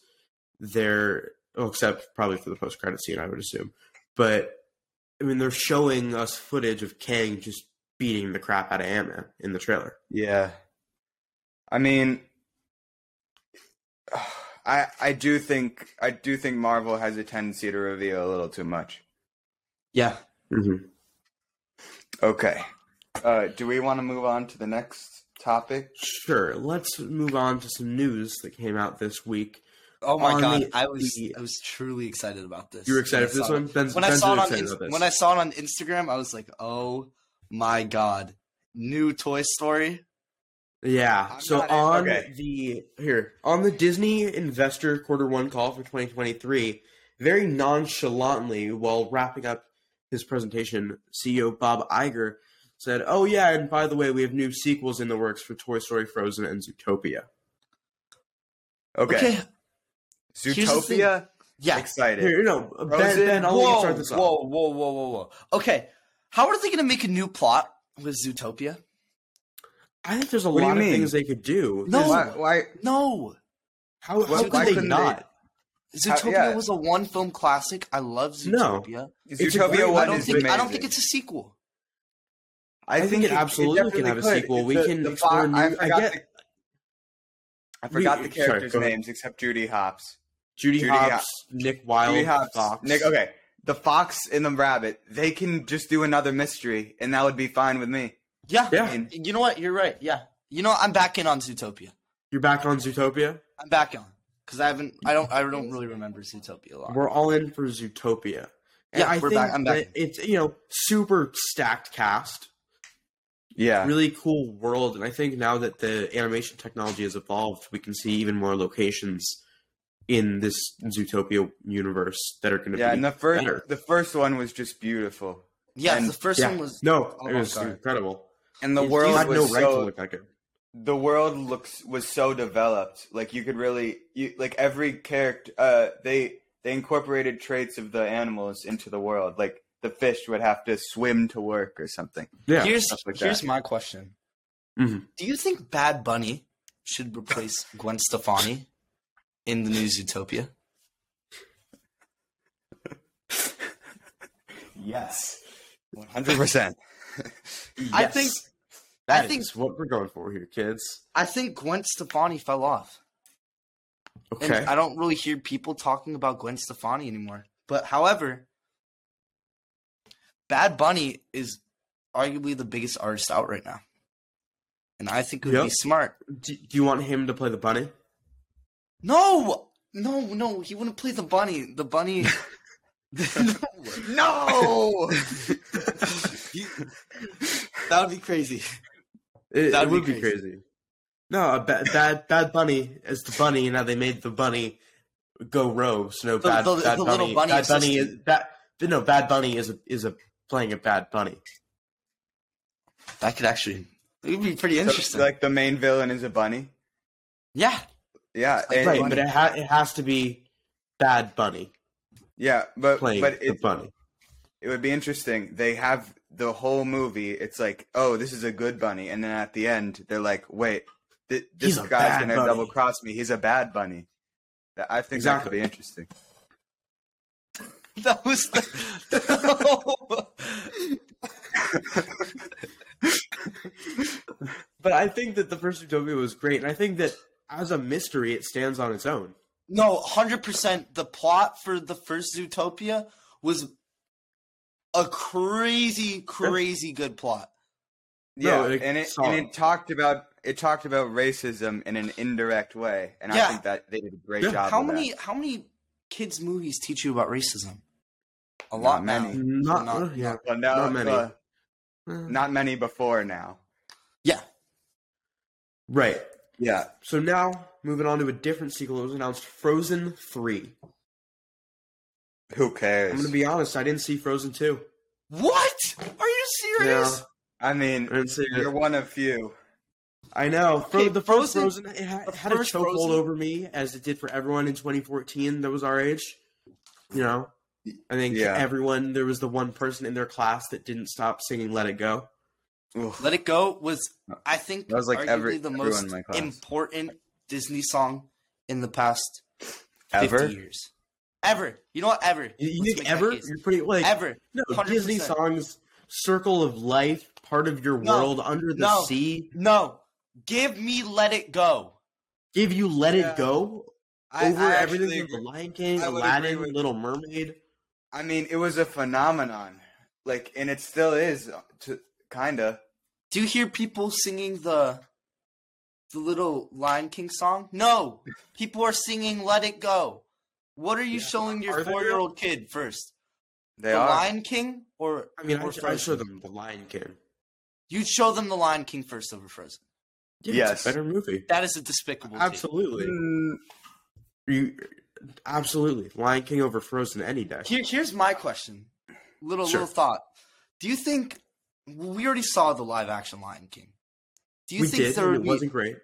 S1: They're oh, except probably for the post credit scene, I would assume. But I mean, they're showing us footage of Kang just beating the crap out of Ant Man in the trailer.
S2: yeah i mean i i do think i do think marvel has a tendency to reveal a little too much
S3: yeah.
S2: okay uh do we want to move on to the next topic
S1: Sure, let's move on to some news that came out this week.
S3: Oh my
S1: on
S3: god.
S1: the-
S3: I was.
S1: the-
S3: I was truly excited about this.
S1: You were excited
S3: when I
S1: for this
S3: saw
S1: one, Ben's,
S3: when I
S1: Ben's
S3: saw
S1: really
S3: it on
S1: excited
S3: Ins-
S1: about this.
S3: when I saw it on Instagram, I was like, "Oh my god, new Toy Story!"
S1: Yeah.
S2: I'm
S1: so
S2: not in-
S1: on
S2: okay.
S1: the here on the Disney Investor Quarter One call for 2023, very nonchalantly, while wrapping up his presentation, CEO Bob Iger said, "Oh yeah, and by the way, we have new sequels in the works for Toy Story, Frozen, and Zootopia."
S2: okay,
S3: here's the thing.
S2: zootopia
S3: yeah.
S2: excited
S1: Here, no, Ben,
S2: Frozen?
S1: ben I'll let you
S3: whoa,
S1: start this
S3: whoa,
S1: off.
S3: whoa, whoa, whoa, whoa! Okay, how are they going to make a new plot with Zootopia?
S1: I think there's a
S2: What do you
S1: lot of
S2: mean?
S1: things they could do.
S3: No.
S1: There's-
S2: why, why
S3: No,
S1: how,
S2: Well,
S1: how
S3: why
S1: could they
S2: couldn't
S1: not?
S3: Zootopia
S2: yeah.
S3: was a one-film classic. I love
S1: No.
S3: Zootopia.
S1: It's a great-
S2: zootopia
S1: I
S2: one
S3: I don't
S2: is
S3: think.
S2: amazing.
S3: I don't think it's a sequel.
S1: I think it absolutely can
S2: definitely
S1: have a sequel. We
S2: the-
S1: can
S2: the
S1: explore
S2: fo- I
S1: new- I
S2: forgot,
S1: get-
S2: the, I forgot
S1: We-
S2: the
S1: sorry,
S2: characters'
S1: go ahead.
S2: names except Judy Hopps.
S1: Judy,
S2: Judy
S1: Hopps,
S2: Hopps.
S1: Nick Wilde,
S2: Judy Hopps.
S1: Fox.
S2: Nick, okay. The fox and the rabbit. They can just do another mystery, and that would be fine with me.
S3: Yeah.
S1: Yeah.
S2: I mean,
S3: You know what? You're right. Yeah. You know, what? I'm back in on Zootopia.
S1: You're back on Zootopia.
S3: I'm back on because I haven't. I don't. I don't really remember Zootopia a lot.
S1: We're all in for Zootopia. And
S3: Yeah,
S1: I
S3: we're
S1: think
S3: back- I'm back.
S1: that it's you know super stacked cast,
S2: yeah.
S1: really cool world, and I think now that the animation technology has evolved, we can see even more locations in this Zootopia universe that are going to
S2: yeah,
S1: be
S2: and the first
S1: better.
S2: the first one was just beautiful,
S3: Yes,
S2: And-
S3: the first
S1: yeah.
S3: one was
S1: No,
S3: Oh
S1: it
S3: my
S1: was
S3: God.
S1: incredible.
S2: and the
S3: It
S1: You
S2: world
S1: had
S2: was
S1: no right to
S2: so
S1: look like it.
S2: the world looks was so developed like you could really you like every character uh they they incorporated traits of the animals into the world like the fish would have to swim to work or something
S1: Yeah.
S3: here's
S2: stuff like
S3: here's
S2: that.
S3: my question.
S1: Mhm.
S3: Do you think Bad Bunny should replace Gwen Stefani in the new Zootopia?
S2: yes 100%
S3: I think-
S1: that
S3: I think-
S1: is what we're going for here, kids.
S3: I think Gwen Stefani fell off. And
S1: Okay.
S3: I don't really hear people talking about Gwen Stefani anymore. But however, Bad Bunny is arguably the biggest artist out right now. And I think it would
S1: Yep.
S3: be smart.
S1: do, do you want him to play the bunny?
S3: No! No, no, he wouldn't play the bunny. The bunny No! that would be crazy.
S1: It,
S3: That'd
S1: it
S3: be
S1: would be
S3: crazy.
S1: crazy. No, a bad, bad bad bunny is the bunny, and now they made the bunny go rogue. So no,
S3: The-
S1: bad,
S3: the-
S1: bad
S3: the
S1: bunny,
S3: little bunny
S1: bad bunny is
S3: assistant.
S1: that. No, bad bunny is a, is a playing a bad bunny.
S3: That could actually it would be pretty
S2: So,
S3: interesting.
S2: like the main villain is a bunny
S3: yeah.
S2: yeah
S3: Like
S2: and-
S1: right,
S3: bunny.
S1: but it, ha- it has to be bad bunny
S2: yeah but
S1: playing
S2: but
S1: the
S2: it,
S1: bunny.
S2: it would be interesting. They have the whole movie. It's like, oh, this is a good bunny, and then at the end, they're like, wait, th-
S1: He's
S2: this
S1: a
S2: guy's
S1: bad
S2: gonna
S1: bunny.
S2: double cross me. He's a bad bunny. That- I think that could
S1: Exactly.
S2: be interesting.
S3: That was the
S1: But I think that the first Utopia was great, and I think that as a mystery, it stands on its own.
S3: No, hundred percent. The plot for the first Zootopia was a crazy, crazy good plot.
S2: Yeah,
S1: No, it-
S2: and it
S1: solid.
S2: and it talked about it talked about racism in an indirect way, and
S3: Yeah.
S2: I think that they did a great
S1: Yeah.
S2: job.
S3: How
S2: of that.
S3: many? How many kids movies teach you about racism? A
S2: Not
S3: lot,
S2: many.
S3: now.
S1: Not, oh,
S3: Not-
S1: yeah,
S2: Well, no,
S1: Not many.
S2: uh, not many before now.
S3: Yeah,
S1: right.
S2: Yeah,
S1: So now moving on to a different sequel that was announced, Frozen Three.
S2: who
S1: I'm
S2: cares?
S1: gonna be honest, I didn't see Frozen Two.
S3: What? Are you serious?
S2: I
S1: I
S2: mean,
S1: didn't see
S2: you're
S1: it.
S2: one of few.
S1: I know. Fro-
S3: Okay,
S1: the first
S3: Frozen-
S1: Frozen, it had,
S3: the
S1: it had a
S3: first
S1: chokehold
S3: Frozen-
S1: over me, as it did for everyone in 2014 that was our age. You know, I think
S2: Yeah.
S1: everyone there was the one person in their class that didn't stop singing "Let It Go."
S2: Oof.
S3: Let It Go was, I think,
S2: That was like
S3: arguably
S2: every-
S3: the
S2: everyone in
S3: most
S2: my class.
S3: important Disney song in the past
S2: Ever?
S3: fifty years. Ever. You know what? Ever.
S1: You, you
S3: Let's
S1: think
S3: make that
S1: ever?
S3: case.
S1: You're pretty like
S3: Ever.
S1: no
S3: 100%.
S1: Disney songs, "Circle of Life," "Part of Your
S3: No,
S1: World," "Under the
S3: no.
S1: Sea."
S3: No. Give me Let It Go.
S1: Give you "Let
S2: Yeah.
S1: It Go"
S2: I-
S1: over
S2: I
S1: everything
S2: actually
S1: from The Lion King,
S2: I would agree
S1: Aladdin,
S2: with-
S1: Little Mermaid.
S2: I mean, it was a phenomenon, like, and it still is, uh, to kinda.
S3: Do you hear people singing the the little Lion King song? No. People are singing Let It Go. What are you
S1: Yeah.
S3: showing your
S1: Are they?
S3: four year old kid first?
S2: They
S3: the
S2: are.
S3: Lion King or
S1: I mean, I,
S3: or
S1: I show
S3: Frozen?
S1: them The Lion King.
S3: You'd show them the Lion King first over Frozen.
S1: Yeah,
S2: Yes.
S1: it's a better movie.
S3: That is a despicable take.
S1: Absolutely.
S2: Mm,
S1: You absolutely Lion King over Frozen any day.
S3: Here, here's my question. Little
S1: Sure.
S3: little thought. Do you think well, we already saw the live action Lion King? Do you
S1: we
S3: think
S1: did. and
S3: there would
S1: it
S3: be,
S1: wasn't great.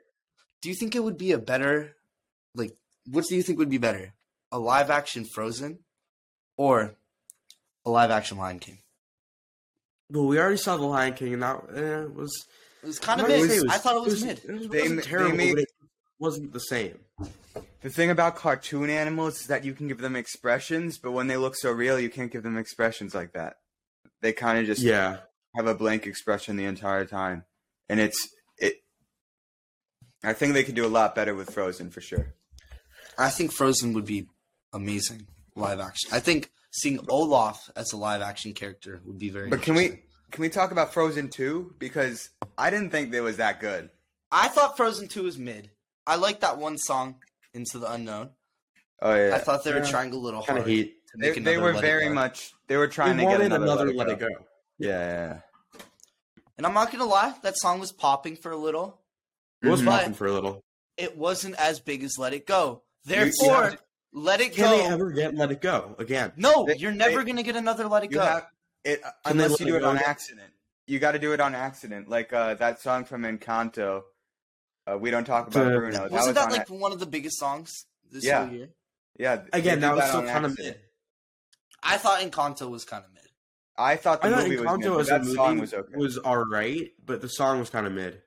S3: Do you think it would be a better, like, what do you think would be better, a live action Frozen, or a live action Lion King?
S1: Well, we already saw the Lion King, and that eh, was
S3: It was kind of
S1: I'm not
S3: mid.
S1: gonna say it
S3: I thought it was, mid.
S1: It, was,
S2: They
S1: not
S2: ma- they
S1: terrible,
S2: made-
S1: but it wasn't the same.
S2: The thing about cartoon animals is that you can give them expressions, but when they look so real, you can't give them expressions like that. They kind of just
S1: Yeah,
S2: have a blank expression the entire time, and it's it. I think they could do a lot better with Frozen for sure.
S3: I think Frozen would be amazing live action. I think seeing Olaf as a live action character would be very.
S2: But can we
S3: interesting.
S2: can we talk about Frozen two? Because I didn't think they was that good.
S3: I thought Frozen Two was mid. I like that one song, Into the Unknown.
S2: Oh yeah,
S3: I thought they were
S1: Yeah.
S3: trying a little
S1: kind
S3: hard
S1: of
S3: to
S1: heat.
S2: they,
S3: make
S2: they
S3: another
S2: were
S3: Let It
S2: very
S3: Go.
S2: much. They were trying
S1: We
S2: to get
S1: wanted
S2: another,
S1: another
S2: Let It Go.
S1: Go.
S2: Yeah, yeah, yeah.
S3: And I'm not gonna lie, that song was popping for a little.
S1: It was
S2: Mhm.
S1: popping for a little.
S3: it wasn't as big as Let It Go.
S2: You- you
S3: Therefore,
S2: have
S3: Let It
S1: Can they
S3: Go.
S1: ever get Let It Go again?
S3: no,
S2: They-
S3: you're never
S2: they-
S3: gonna get another Let It
S2: You
S3: Go.
S2: have it uh,
S1: Can they
S2: unless
S1: let
S2: you
S1: it
S2: do it
S1: go
S2: on
S1: again?
S2: accident. You got to do it on accident, like uh, that song from Encanto, Uh, we don't talk about
S1: Uh,
S2: Bruno. That was
S3: Wasn't that,
S2: on
S3: like
S2: a-
S3: one of the biggest songs this
S2: Yeah.
S3: whole year?
S2: yeah. they
S1: Again,
S2: did
S1: that was
S2: on
S1: still kind of
S2: accident.
S1: mid.
S3: I thought Encanto was kind of mid.
S2: I thought the
S1: I thought
S2: movie was mid,
S1: Encanto
S2: but
S1: as a
S2: that song
S1: movie was,
S2: was okay.
S1: all right, but the song was kind of mid.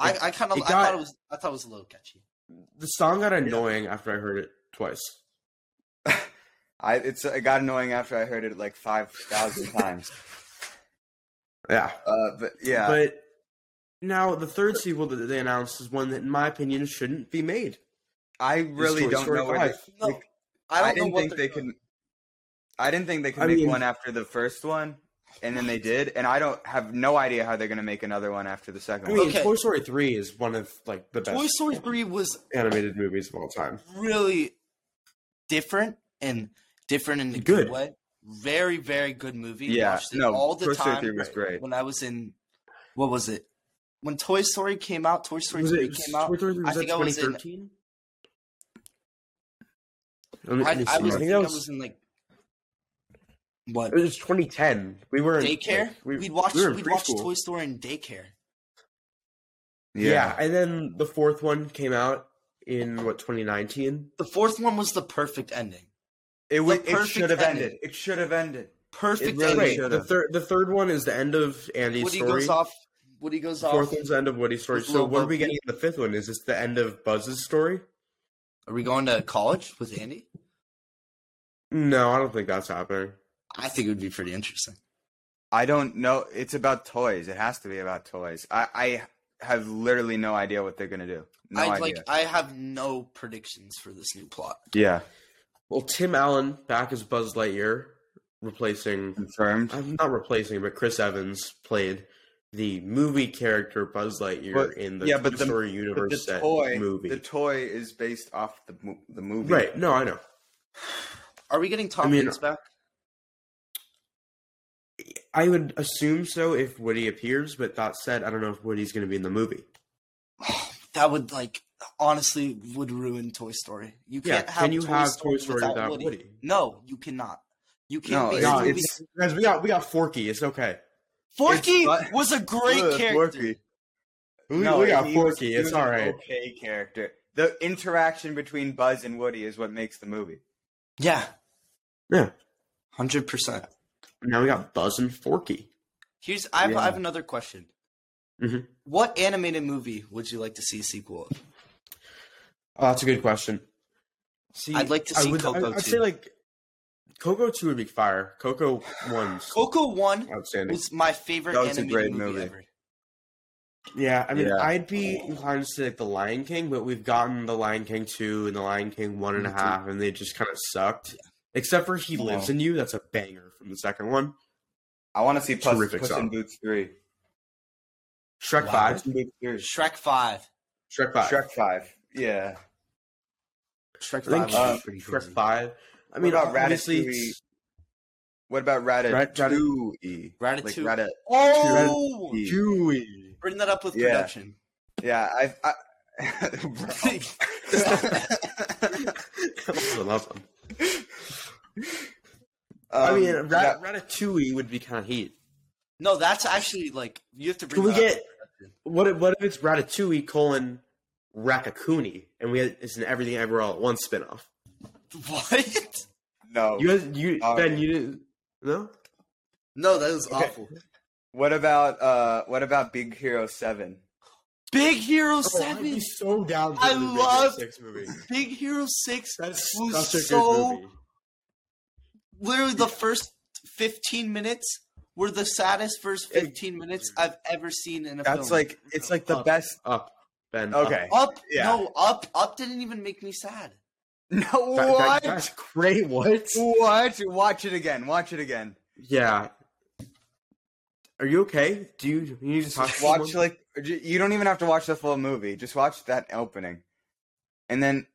S3: I,
S1: It-
S3: I kind of
S1: it
S3: I
S1: got-
S3: thought it was I thought it was a little catchy.
S1: The song got annoying after I heard it twice.
S2: I it's it got annoying after I heard it like five thousand times.
S1: Yeah.
S2: Uh, but yeah,
S1: But now the third sequel that they announced is one that, in my opinion, shouldn't be made.
S2: I really
S1: Toy
S2: don't
S1: Story
S2: know where they,
S1: five.
S3: No,
S2: Like,
S3: I don't
S2: I didn't
S3: know what
S2: think
S3: they're
S2: they
S3: doing.
S2: can. I didn't think they could
S1: I
S2: make
S1: mean-
S2: one after the first one, and then they did, and I don't have no idea how they're gonna make another one after the second
S1: I mean,
S3: Okay.
S1: Toy Story three is one of like the best
S3: Toy Story three was
S1: animated movies of all time.
S3: really different and different in a good,
S1: Good.
S3: way. Very very good movie.
S2: one. Yeah,
S3: Watched it
S2: no,
S3: all the
S2: Toy
S3: time
S2: Story three was great.
S3: when I was in what was it? When Toy Story came out, Toy Story
S1: Was
S3: three
S1: it
S3: came out.
S1: Toy Story 3,
S3: I
S1: was that
S3: think I was in-
S1: 2013? Let me- let
S3: I,
S1: me
S3: I
S1: see.
S3: was
S1: I
S3: I
S1: think that was,
S3: was in like what
S1: it was 2010. We were in
S3: daycare?
S1: like, we,
S3: we'd watch
S1: we were in
S3: we'd watch
S1: preschool.
S3: Toy Story in daycare.
S1: Yeah. and then the fourth one came out in what 2019.
S3: The fourth one was the perfect ending.
S2: it was.
S3: the
S2: It
S3: perfect
S2: should have
S3: ending.
S2: ended. It should have ended.
S3: Perfect
S2: It really
S3: ending.
S1: Right,
S2: should've.
S1: the third the third one is the end of Andy's
S3: Woody
S1: story.
S3: goes off. Woody goes
S1: the
S3: off.
S1: fourth one's the end of Woody's story.
S3: with
S1: So
S3: Lil
S1: what are we
S3: Bo
S1: getting in the fifth one? Is this the end of Buzz's story?
S3: Are we going to college with Andy?
S1: No, I don't think that's happening.
S3: I think it would be pretty interesting.
S2: I don't know. It's about toys. It has to be about toys. I, I have literally no idea what they're gonna do. No
S3: I
S2: idea.
S3: like. I have no predictions for this new plot.
S2: yeah,
S1: Well, Tim Allen back as Buzz Lightyear, replacing
S2: confirmed.
S1: I'm not replacing, but Chris Evans played the movie character Buzz Lightyear
S2: But-
S1: in the
S2: yeah,
S1: Toy
S2: but the-
S1: Story
S2: But
S1: universe
S2: the
S1: set
S2: toy,
S1: movie.
S2: the toy is based off the mo- the movie.
S1: right? No, I know.
S3: Are we getting Tom
S1: I mean-
S3: Hanks back?
S1: I would assume so if Woody appears, but that said, I don't know if Woody's going to be in the movie.
S3: That would like honestly would ruin Toy Story. You
S1: Yeah,
S3: can't have
S1: can you
S3: Toy
S1: have
S3: Story
S1: Toy Story
S3: without,
S1: without
S3: Woody.
S1: Woody?
S3: No, you cannot. You
S2: No,
S3: can't. make
S1: No,
S3: a movie-
S1: it's, guys, we got we got Forky. It's okay.
S3: Forky
S2: it's not-
S3: was a great
S2: Ugh,
S3: character.
S2: Forky.
S1: We, we got
S2: he was-
S1: Forky.
S2: he
S1: it's
S2: was
S1: all
S2: an
S1: right.
S2: Okay, character. The interaction between Buzz and Woody is what makes the movie.
S3: Yeah,
S1: Yeah.
S3: hundred percent.
S1: Now we got Buzz and Forky.
S3: Here's I have,
S2: Yeah. Mm-hmm.
S3: I have another question.
S1: Mhm.
S3: What animated movie would you like to see a sequel of?
S1: Oh, that's a good question. See,
S3: I'd like to
S1: I
S3: see
S1: would- I-
S3: Coco
S1: I'd
S3: too.
S1: say like Coco two would be fire. Coco one's
S3: Coco One
S1: outstanding.
S3: was my favorite
S2: That was a
S3: animated
S2: great
S3: movie,
S2: movie.
S3: ever.
S1: Yeah, I mean,
S2: Yeah.
S1: I'd be inclined to say like the Lion King, but we've gotten the Lion King two and the Lion King one and a
S3: Me
S1: half,
S3: too.
S1: and they just kind of sucked. Except for He
S2: No.
S1: Lives in You, that's a banger from the second one.
S2: I want to see Puss,
S1: Terrific
S2: Puss
S1: song.
S2: in Boots three.
S1: Shrek
S3: Wow.
S1: five,
S2: Puss in Boots three.
S3: Shrek Five.
S1: Shrek five,
S2: Shrek five. Yeah.
S1: I
S3: Shrek
S1: think
S3: Five. was
S2: uh,
S3: pretty
S1: Shrek
S3: crazy.
S1: five. I mean,
S2: about
S1: obviously,
S2: Ratatouille?
S1: it's-
S2: What about
S1: Rat-
S2: Ratatouille? Like
S3: Ratatouille.
S2: Ratat-
S3: oh,
S2: Ratatouille.
S1: Chewie.
S3: bring that up with
S2: Yeah.
S3: production.
S2: Yeah, I. I
S1: That's awesome. I
S2: Um,
S1: mean, Rat-
S2: yeah,
S1: Ratatouille would be kind of heat.
S3: no, that's actually like you have to bring.
S1: Can we
S3: that up
S1: get-
S3: with
S1: What if, what if it's Ratatouille colon Raccoonie, and we had, it's an everything everywhere all at once spinoff?
S3: production. what?
S2: no.
S1: You guys, you
S2: Oh.
S1: Ben, you didn't no.
S3: No, that was
S2: Okay.
S3: awful.
S2: What about uh? What about Big Hero Seven?
S3: Big Hero
S1: Oh, I'd
S3: Seven.
S1: be so down for
S3: I
S1: the Big Hero
S3: love-
S1: Six movie.
S3: Big Hero Six
S1: That's
S3: was
S1: such a
S3: so
S1: good movie.
S3: literally the first 15 minutes were the saddest first 15 minutes I've ever seen in a film.
S2: That's like it's like the
S1: Up.
S2: best.
S1: Up, Ben.
S2: Okay.
S3: up.
S2: yeah.
S3: No, up. Up didn't even make me sad.
S2: No
S1: Up. That- that-
S2: what?
S1: that's great. What?
S2: What? Watch it again. Watch it again.
S1: Yeah. Are you okay? Do you, you need to talk? to
S2: Watch
S1: someone?
S2: like j- you don't even have to watch the full movie. Just watch that opening, and then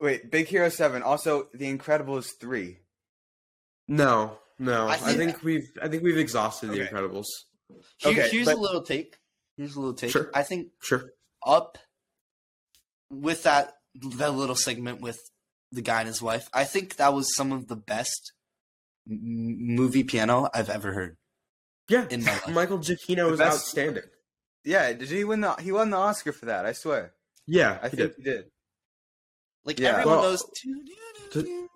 S2: wait. Big Hero Seven. Also, The Incredibles Three.
S1: No, no.
S3: I
S1: I think,
S3: think-
S1: we've I think we've exhausted the
S2: Okay.
S1: Incredibles.
S3: Here,
S2: Okay,
S3: here's
S2: but-
S3: a little take. Here's a little take.
S1: Sure.
S3: I think
S1: Sure.
S3: up with that that little segment with the guy and his wife. I think that was some of the best m- movie piano I've ever heard
S1: Yeah.
S3: in my life.
S1: Michael Giacchino
S2: The
S1: is
S2: best-
S1: outstanding.
S2: Yeah, did he win the? He won the Oscar for that. I swear.
S1: Yeah,
S2: I
S1: he did.
S2: think he did.
S3: Like
S2: Yeah.
S3: everyone
S1: Well,
S3: knows.
S1: to-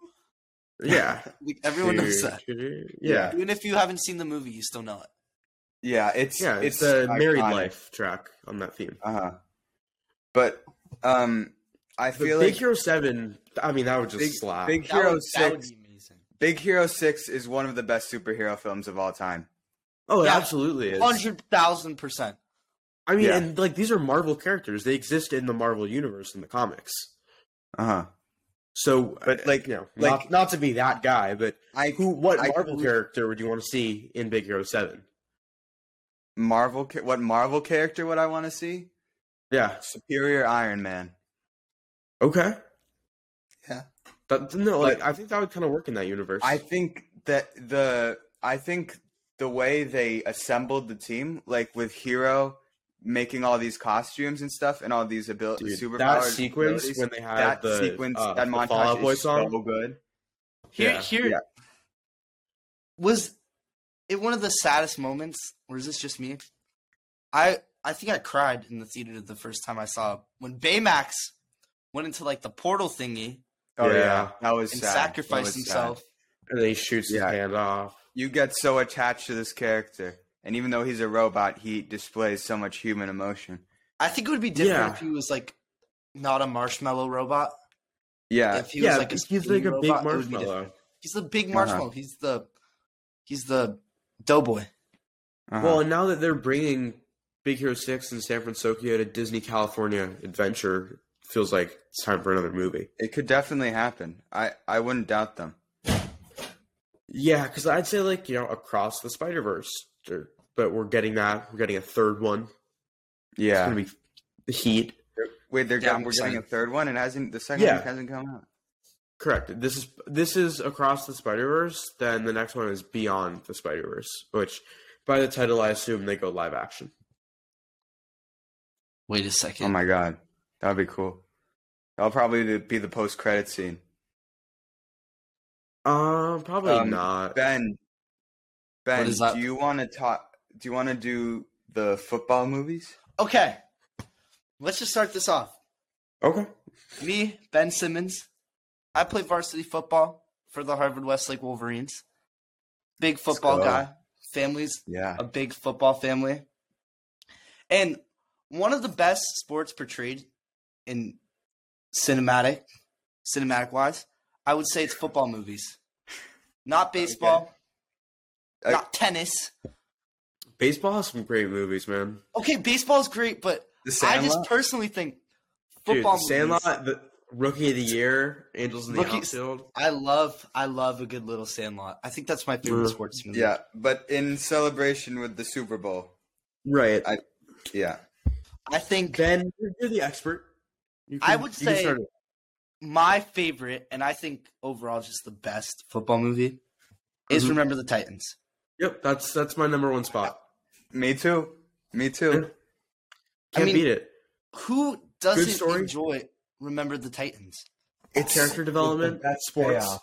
S1: Yeah,
S3: Like everyone knows that.
S1: Yeah,
S3: Even if you haven't seen the movie, you still know it.
S2: Yeah, it's
S1: yeah. It's the married
S2: iconic.
S1: life track on that theme.
S2: Uh huh. But um, I
S1: But
S2: feel
S1: Big
S2: like
S1: Hero Seven. I mean, that would just
S2: Big-
S1: slap.
S2: Big
S4: That would-
S2: Hero
S4: that would
S2: Six.
S4: be amazing.
S2: Big Hero Six is one of the best superhero films of all time.
S1: oh, it
S3: Yeah.
S1: absolutely is.
S3: Hundred thousand percent.
S1: I mean,
S2: Yeah.
S1: and like these are Marvel characters. They exist in the Marvel universe in the comics.
S2: Uh
S1: Uh-huh.
S2: huh.
S1: So,
S2: But,
S1: uh,
S2: like-
S1: you know, not,
S2: like-
S1: not to be that guy, but
S2: I
S1: who, what
S2: I
S1: Marvel
S2: believe-
S1: character would you want to see in Big Hero Seven?
S2: Marvel. cha- What Marvel character would I want to see?
S1: Yeah.
S2: Superior Iron Man.
S1: Okay.
S3: Yeah.
S1: That, no,
S2: But-
S1: like I think that would kind of work in that universe.
S2: I think that the I think the way they assembled the team, like with Hero making all these costumes and stuff, and all these
S1: Dude,
S2: abilities, super
S1: that sequence when they had
S2: that
S1: the
S2: sequence,
S1: uh,
S2: that
S1: the
S2: montage
S1: Fall Out Boy
S2: is
S1: song.
S2: so good.
S3: Here,
S1: Yeah,
S3: here
S2: yeah.
S3: was it one of the saddest moments, or is this just me? I I think I cried in the theater the first time I saw it. when Baymax went into like the portal thingy
S2: Oh yeah,
S1: Yeah.
S2: that was
S3: and
S2: sad. That
S3: sacrificed
S2: was sad.
S3: himself.
S1: and then he shoots
S2: Yeah.
S1: his hand off.
S2: You get so attached to this character, and even though he's a robot, he displays so much human emotion.
S3: I think it would be different
S1: Yeah.
S3: if he was like not a marshmallow robot.
S2: Yeah,
S3: If he
S1: yeah,
S3: was like a
S1: he's
S3: skinny
S1: like a big
S3: robot, it would be different.
S1: marshmallow.
S3: He's the big
S2: Uh, Uh-huh.
S3: marshmallow. He's the he's the doughboy.
S2: uh-huh.
S1: Well, and now that they're bringing Big Hero Six and San Francisco to Disney California Adventure, feels like it's time for another movie.
S2: it could definitely happen. I I wouldn't doubt them.
S1: Yeah, because I'd say like you know across the Spider Verse, but we're getting that. We're getting a third one. It's
S2: Yeah.
S1: gonna be the Heat.
S2: Wait, they're
S3: Yeah,
S2: getting,
S3: I'm
S2: we're getting a
S3: excited.
S2: third one, and hasn't the second
S1: Yeah.
S2: one hasn't come out.
S1: Correct. This is this is across the Spider Verse. Then the next one is Beyond the Spider Verse, which by the title I assume they go live action.
S3: Wait a
S2: Oh
S3: second.
S2: my god, that'd be cool. That'll probably the- be the post credit scene.
S1: Um, probably
S2: Um,
S1: not.
S2: Ben, Ben,
S3: is that?
S2: do you want to talk? Do you want to do the football movies?
S3: okay. Let's just start this off.
S1: Okay.
S3: Me, Ben Simmons. I play varsity football for the Harvard Westlake Wolverines. Big football
S2: go.
S3: guy. Family's
S2: Yeah,
S1: Uh,
S3: a big football family. And one of the best sports portrayed in cinematic, cinematic wise, I would say it's football movies. Not baseball,
S2: Okay.
S3: not tennis.
S1: Baseball has some great movies, man.
S3: Okay, baseball's great, but
S2: the
S3: I just
S2: Sandlot?
S3: personally think
S1: Dude, the
S3: football movies.
S1: Sandlot, the Rookie of the Year, Angels in the
S3: Rookie-
S1: Outfield.
S3: I love I love a good little Sandlot. I think that's my favorite
S1: Mm.
S3: sports movie.
S2: yeah, but in celebration with the Super Bowl.
S1: Right.
S2: I- Yeah,
S3: I think
S1: Ben, you're- you're the expert. You
S3: I would
S1: you can
S3: say-
S1: start it.
S3: my favorite, and I think overall just the best football movie is
S1: Mhm.
S3: Remember the Titans.
S1: Yep, that's that's my number one spot.
S2: me too. Me too.
S3: I
S1: Can't
S3: mean-
S1: beat it.
S3: Who doesn't
S1: story.
S3: enjoy Remember the Titans?
S2: It's
S1: Character development,
S2: best
S1: sports.
S2: payoff.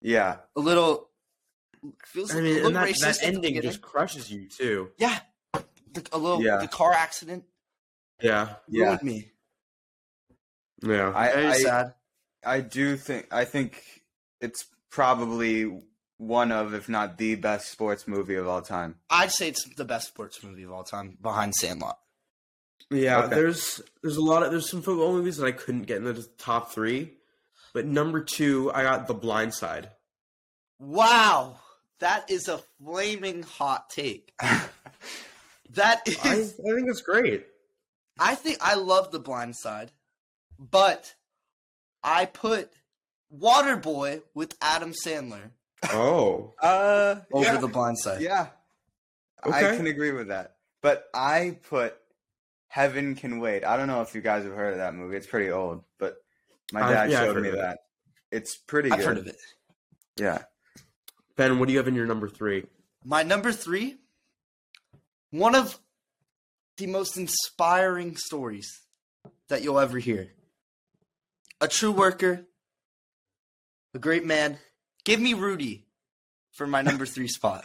S2: Yeah,
S3: A little feels
S1: I
S3: like a
S1: mean,
S3: little
S1: and that,
S3: racist
S1: that
S3: at the
S1: ending
S3: beginning.
S1: just crushes you too.
S3: yeah, the, a little
S2: Yeah.
S3: the car accident
S1: Yeah,
S2: yeah.
S3: ruined me.
S1: yeah.
S3: Very
S2: I, I
S3: sad.
S2: I do think I think it's probably one of, if not the best sports movie of all time.
S3: I'd say it's the best sports movie of all time, behind Sandlot.
S1: Yeah,
S2: Okay.
S1: there's there's a lot of there's some football movies that I couldn't get in the top three, but number two I got The Blind Side.
S3: Wow, that is a flaming hot take. That is.
S1: I, I think it's great.
S3: I think I love The Blind Side, but I put Waterboy with Adam Sandler
S1: Oh,
S2: Uh,
S3: over
S2: yeah.
S3: The Blind Side.
S2: Yeah. I
S1: Okay.
S2: can agree with that. But I put Heaven Can Wait. I don't know if you guys have heard of that movie. It's pretty old, but my
S1: I've-
S2: dad
S1: yeah, I've
S2: showed
S1: heard
S2: me
S1: of it.
S2: that. It's pretty
S3: I've
S2: good.
S3: heard of it.
S2: Yeah.
S1: Ben, what do you have in your number three?
S3: My number three, one of the most inspiring stories that you'll ever hear. A true worker, a great man. Give me Rudy for my number three spot.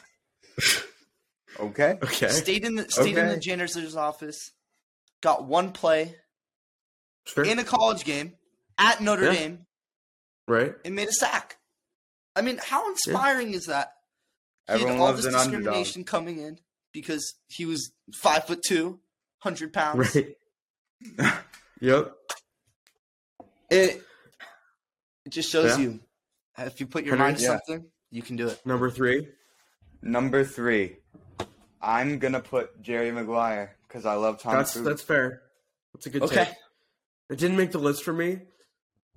S2: Okay.
S1: Okay.
S3: Stayed in the stayed in the
S2: Okay.
S3: janitor's office. Got one play
S1: Sure.
S3: in a college game at Notre
S1: Yeah.
S3: Dame
S1: right.
S3: and made a sack. I mean, how inspiring is that? He had
S2: Everyone
S3: all
S2: loves
S3: this
S2: an underdog.
S3: discrimination coming in because he was five foot two, hundred pounds.
S1: Right. yep.
S3: It, it just shows
S1: Yeah.
S3: you if you put your
S1: Henry,
S3: mind to
S2: yeah.
S3: something, you can do it.
S1: Number three.
S2: Number three. I'm gonna put Jerry Maguire because I love Tom
S1: That's
S2: Cruise.
S1: that's fair. That's a good
S3: Okay.
S1: take. It didn't make the list for me,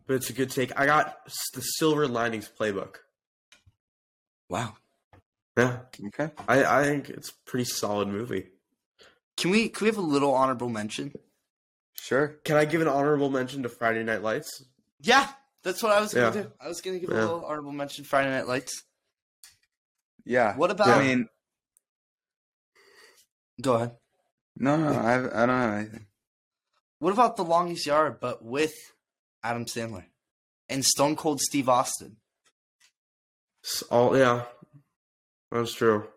S1: but it's a good take. I got s- the Silver Linings Playbook.
S3: Wow.
S1: Yeah,
S2: Okay.
S1: I, I think it's a pretty solid movie.
S3: Can we can we have a little honorable mention?
S2: Sure.
S1: Can I give an honorable mention to Friday Night Lights?
S3: Yeah, that's what I was gonna
S1: Yeah.
S3: do. I was gonna give a
S1: Yeah.
S3: little honorable mention Friday Night Lights.
S2: Yeah.
S3: What about?
S2: I mean,
S3: Go ahead.
S2: no, no, I, I don't have anything.
S3: What about The Longest Yard, but with Adam Sandler and Stone Cold Steve Austin?
S1: S- All yeah, that's true.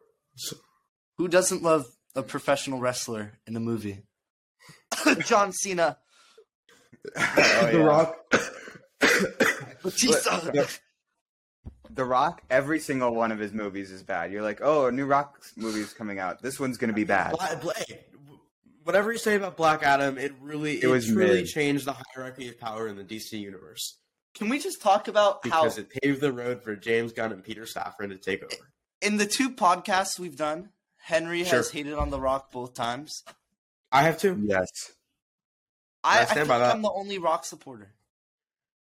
S3: Who doesn't love a professional wrestler in a movie? John Cena,
S2: Oh,
S1: the
S2: yeah.
S1: Rock.
S3: Batista.
S2: The Rock, every single one of his movies is bad. You're like, oh, a new Rock movie is coming out. This one's gonna be bad.
S1: Bla- Bla- hey, whatever you say about Black Adam, it really it,
S2: It was
S1: truly
S2: mid.
S1: changed the hierarchy of power in the DC universe
S3: Can we just talk about how
S1: because it paved the road for James Gunn and Peter Safran to take over.
S3: in the two podcasts we've done, Henry has
S1: Sure.
S3: hated on The Rock both times.
S1: I have to.
S2: Yes.
S1: I
S3: I, I,
S1: stand
S3: think
S1: by that.
S3: I'm the only Rock supporter.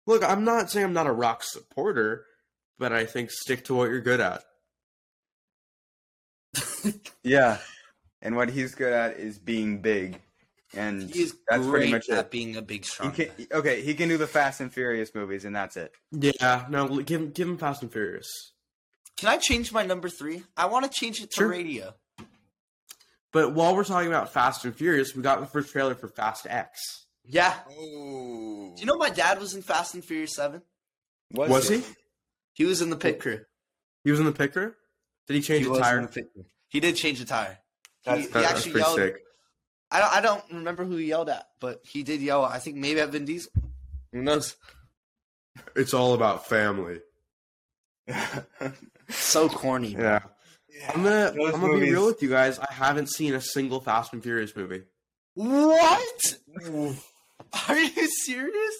S1: Look, I'm not saying I'm not a rock supporter, but I think stick to what you're good at.
S2: Yeah. And what he's good at is being big, and
S3: He's
S2: that's pretty
S3: great
S2: much
S3: at
S2: it.
S3: being a big
S2: He
S3: strong.
S2: can,
S3: guy.
S2: okay, he can do the Fast and Furious movies, and that's it.
S1: Yeah, no, l- give him give him Fast and Furious.
S3: Can I change my number three? I want to change it to
S1: Sure.
S3: radio.
S1: But while we're talking about Fast and Furious, we got the first trailer for Fast X.
S3: Yeah.
S2: Oh.
S3: Do you know my dad was in Fast and Furious Seven?
S2: Was,
S3: He was in the pit crew.
S1: He was in the pit crew. Did he change
S3: He
S1: the
S3: was in
S1: tire?
S3: the pit crew. He did change the tire. He,
S2: That's-
S3: he
S1: That- that's
S3: actually
S1: pretty
S3: yelled.
S1: sick.
S3: I don't, I don't remember who he yelled at, but he did yell. I think maybe at Vin Diesel. Who knows?
S1: It's all about family.
S3: So corny.
S1: Yeah, I'm gonna
S2: Those
S1: I'm gonna be
S2: movies-
S1: real with you guys. I haven't seen a single Fast and Furious movie.
S3: What? Are you serious?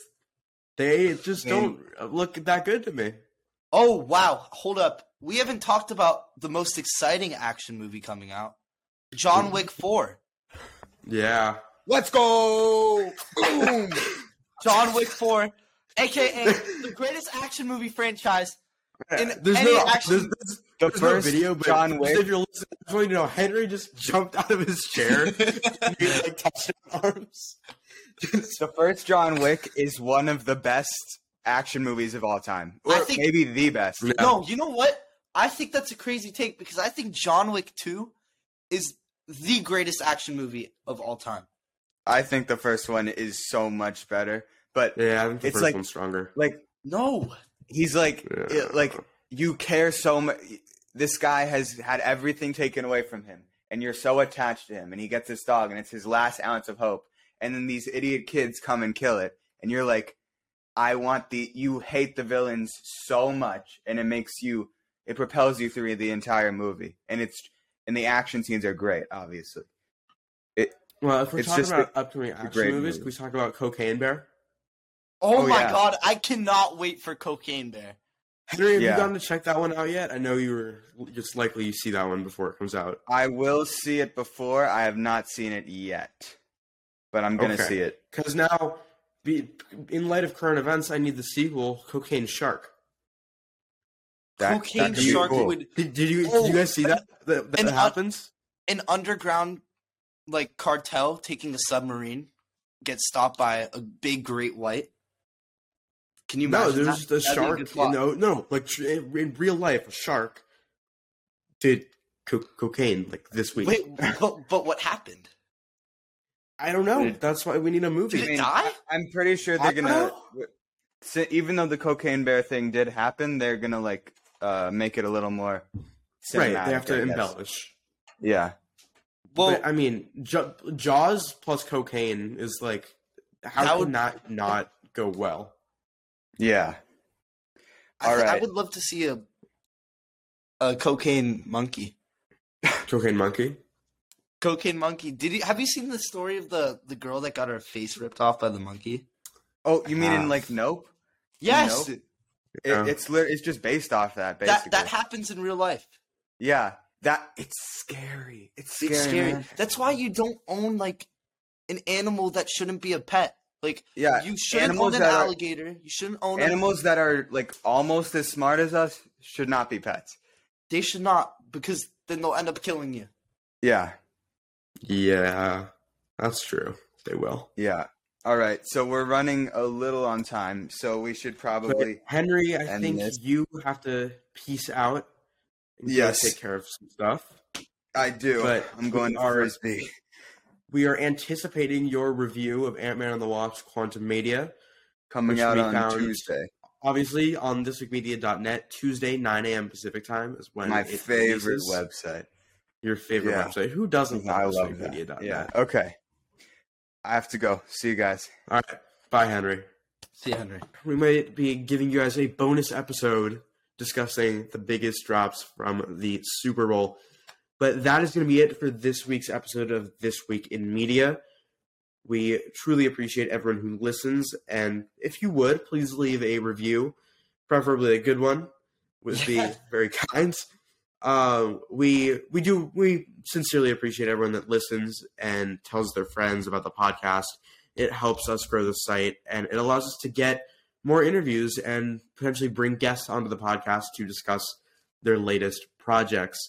S1: They just
S2: They-
S1: don't look that good to me.
S3: Oh wow! Hold up. We haven't talked about the most exciting action movie coming out, John Wick Four.
S1: Yeah,
S2: Let's go! Boom!
S3: John Wick Four, aka the greatest action movie franchise. In
S1: there's
S3: any
S1: no
S3: action-
S1: there's- there's-
S2: the
S1: There's
S2: first
S1: no video, but
S2: John
S1: just
S2: Wick.
S1: if you're listening, I just want you to know Henry just jumped out of his chair. and he, like touched his arms.
S2: The first John Wick is one of the best action movies of all time, or
S3: I think-
S2: maybe the best.
S1: Yeah.
S3: No, you know what? I think that's a crazy take because I think John Wick Two is the greatest action movie of all time.
S2: I think the first one is so much better, but
S1: Yeah, I think the
S2: It's
S1: first
S2: like-
S1: one's stronger.
S2: like
S3: No,
S2: he's like
S1: Yeah.
S2: it- like you care so much. This guy has had everything taken away from him, and you're so attached to him. And he gets this dog, and it's his last ounce of hope. And then these idiot kids come and kill it, and you're like, I want the. You hate the villains so much, and it makes you. It propels you through the entire movie, and it's and the action scenes are great, obviously.
S1: Well, if we're
S2: it's
S1: talking
S2: just
S1: about upcoming action
S2: great
S1: movies,
S2: movie.
S1: can we talk about Cocaine Bear?
S3: Oh,
S2: Oh,
S3: my
S2: yeah.
S3: god, I cannot wait for Cocaine Bear.
S1: Henry, have
S2: Yeah.
S1: you gone to check that one out yet? I know you were. It's likely you see that one before it comes out.
S2: I will see it before. I have not seen it yet, but I'm gonna
S1: Okay.
S2: see it.
S1: Because now, be, in light of current events, I need the sequel, Cocaine Shark.
S2: That-
S3: Cocaine
S2: that could be
S3: Shark
S2: cool.
S3: would
S1: Did, did you
S3: Oh,
S1: did you guys see that that, that
S3: and, uh,
S1: happens?
S3: an underground like cartel taking a submarine gets stopped by a big great white. Can you
S1: No,
S3: imagine?
S1: there's
S3: that?
S1: just a
S3: That'd be
S1: shark.
S3: good
S1: in
S3: plot.
S1: the, no, like tr- in in real life, a shark did co- cocaine like this week.
S3: Wait, but, but what happened?
S1: I don't know. That's why we need a movie.
S3: Did
S2: I
S3: it
S2: mean,
S3: die?
S2: I'm pretty sure
S1: I
S2: they're gonna.
S1: don't
S2: si- Even though the cocaine bear thing did happen, they're gonna like uh, make it a little more.
S1: right,
S2: cinematic,
S1: they have to
S2: I guess.
S1: embellish.
S2: Yeah.
S3: Well,
S1: but, I mean, J- Jaws plus cocaine is like how
S3: That
S1: could
S3: would-
S1: not not go well?
S2: Yeah.
S3: I, th- I
S2: alright.
S3: would love to see a a cocaine monkey.
S1: Cocaine monkey.
S3: Cocaine monkey. Did you have you seen the story of the the girl that got her face ripped off by the monkey?
S2: Oh, you mean
S1: Ah. Oh.
S2: in like Nope?
S3: Yes,
S2: Nope. It,
S1: Yeah.
S2: It's lit- it's just based off that
S3: that
S2: basically.
S3: that happens in real life.
S2: yeah. That it's scary. It's scary.
S3: It's scary.
S2: man.
S3: That's why you don't own like an animal that shouldn't be a pet. Like
S2: Yeah.
S3: you shouldn't
S2: animals
S3: own an
S2: that are-
S3: alligator. you shouldn't own a-
S2: Animals that are like almost as smart as us should not be pets.
S3: They should not because then they'll end up killing you.
S2: Yeah.
S1: Yeah, that's true. They will.
S2: Yeah. All right. So we're running a little on time, so we should
S1: But
S2: probably
S1: Henry, I
S2: end
S1: think
S2: this.
S1: you have to peace out. and go
S2: Yes.
S1: take care of some stuff.
S2: I do.
S1: But
S2: I'm going
S1: we
S2: to
S1: are-
S2: frisbee.
S1: We are anticipating your review of Ant Man and the Wasp: Quantum Media,
S2: Coming
S1: which
S2: out
S1: we
S2: on
S1: found
S2: Tuesday.
S1: obviously on thisweekmedia.net Tuesday 9 a.m. Pacific time is when
S2: My
S1: it
S2: favorite
S1: releases.
S2: website.
S1: Your favorite
S2: Yeah.
S1: website. Who doesn't
S2: I
S1: love
S2: love that.
S1: thisweekmedia.net?
S2: Yeah. Okay. I have to go. See you guys.
S1: All right. Bye, Henry.
S3: See, Henry.
S1: We might be giving you guys a bonus episode discussing the biggest drops from the Super Bowl. But that is going to be it for this week's episode of This Week in Media. We truly appreciate everyone who listens. And if you would, please leave a review, preferably a good one, would be
S3: Yeah.
S1: very kind. Uh, we we do we sincerely appreciate everyone that listens and tells their friends about the podcast. It helps us grow the site and it allows us to get more interviews and potentially bring guests onto the podcast to discuss their latest projects.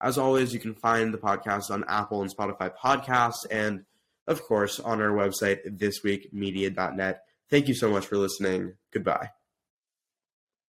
S1: As always, you can find the podcast on Apple and Spotify podcasts and of course on our website thisweekmedia.net. Thank you so much for listening. Goodbye.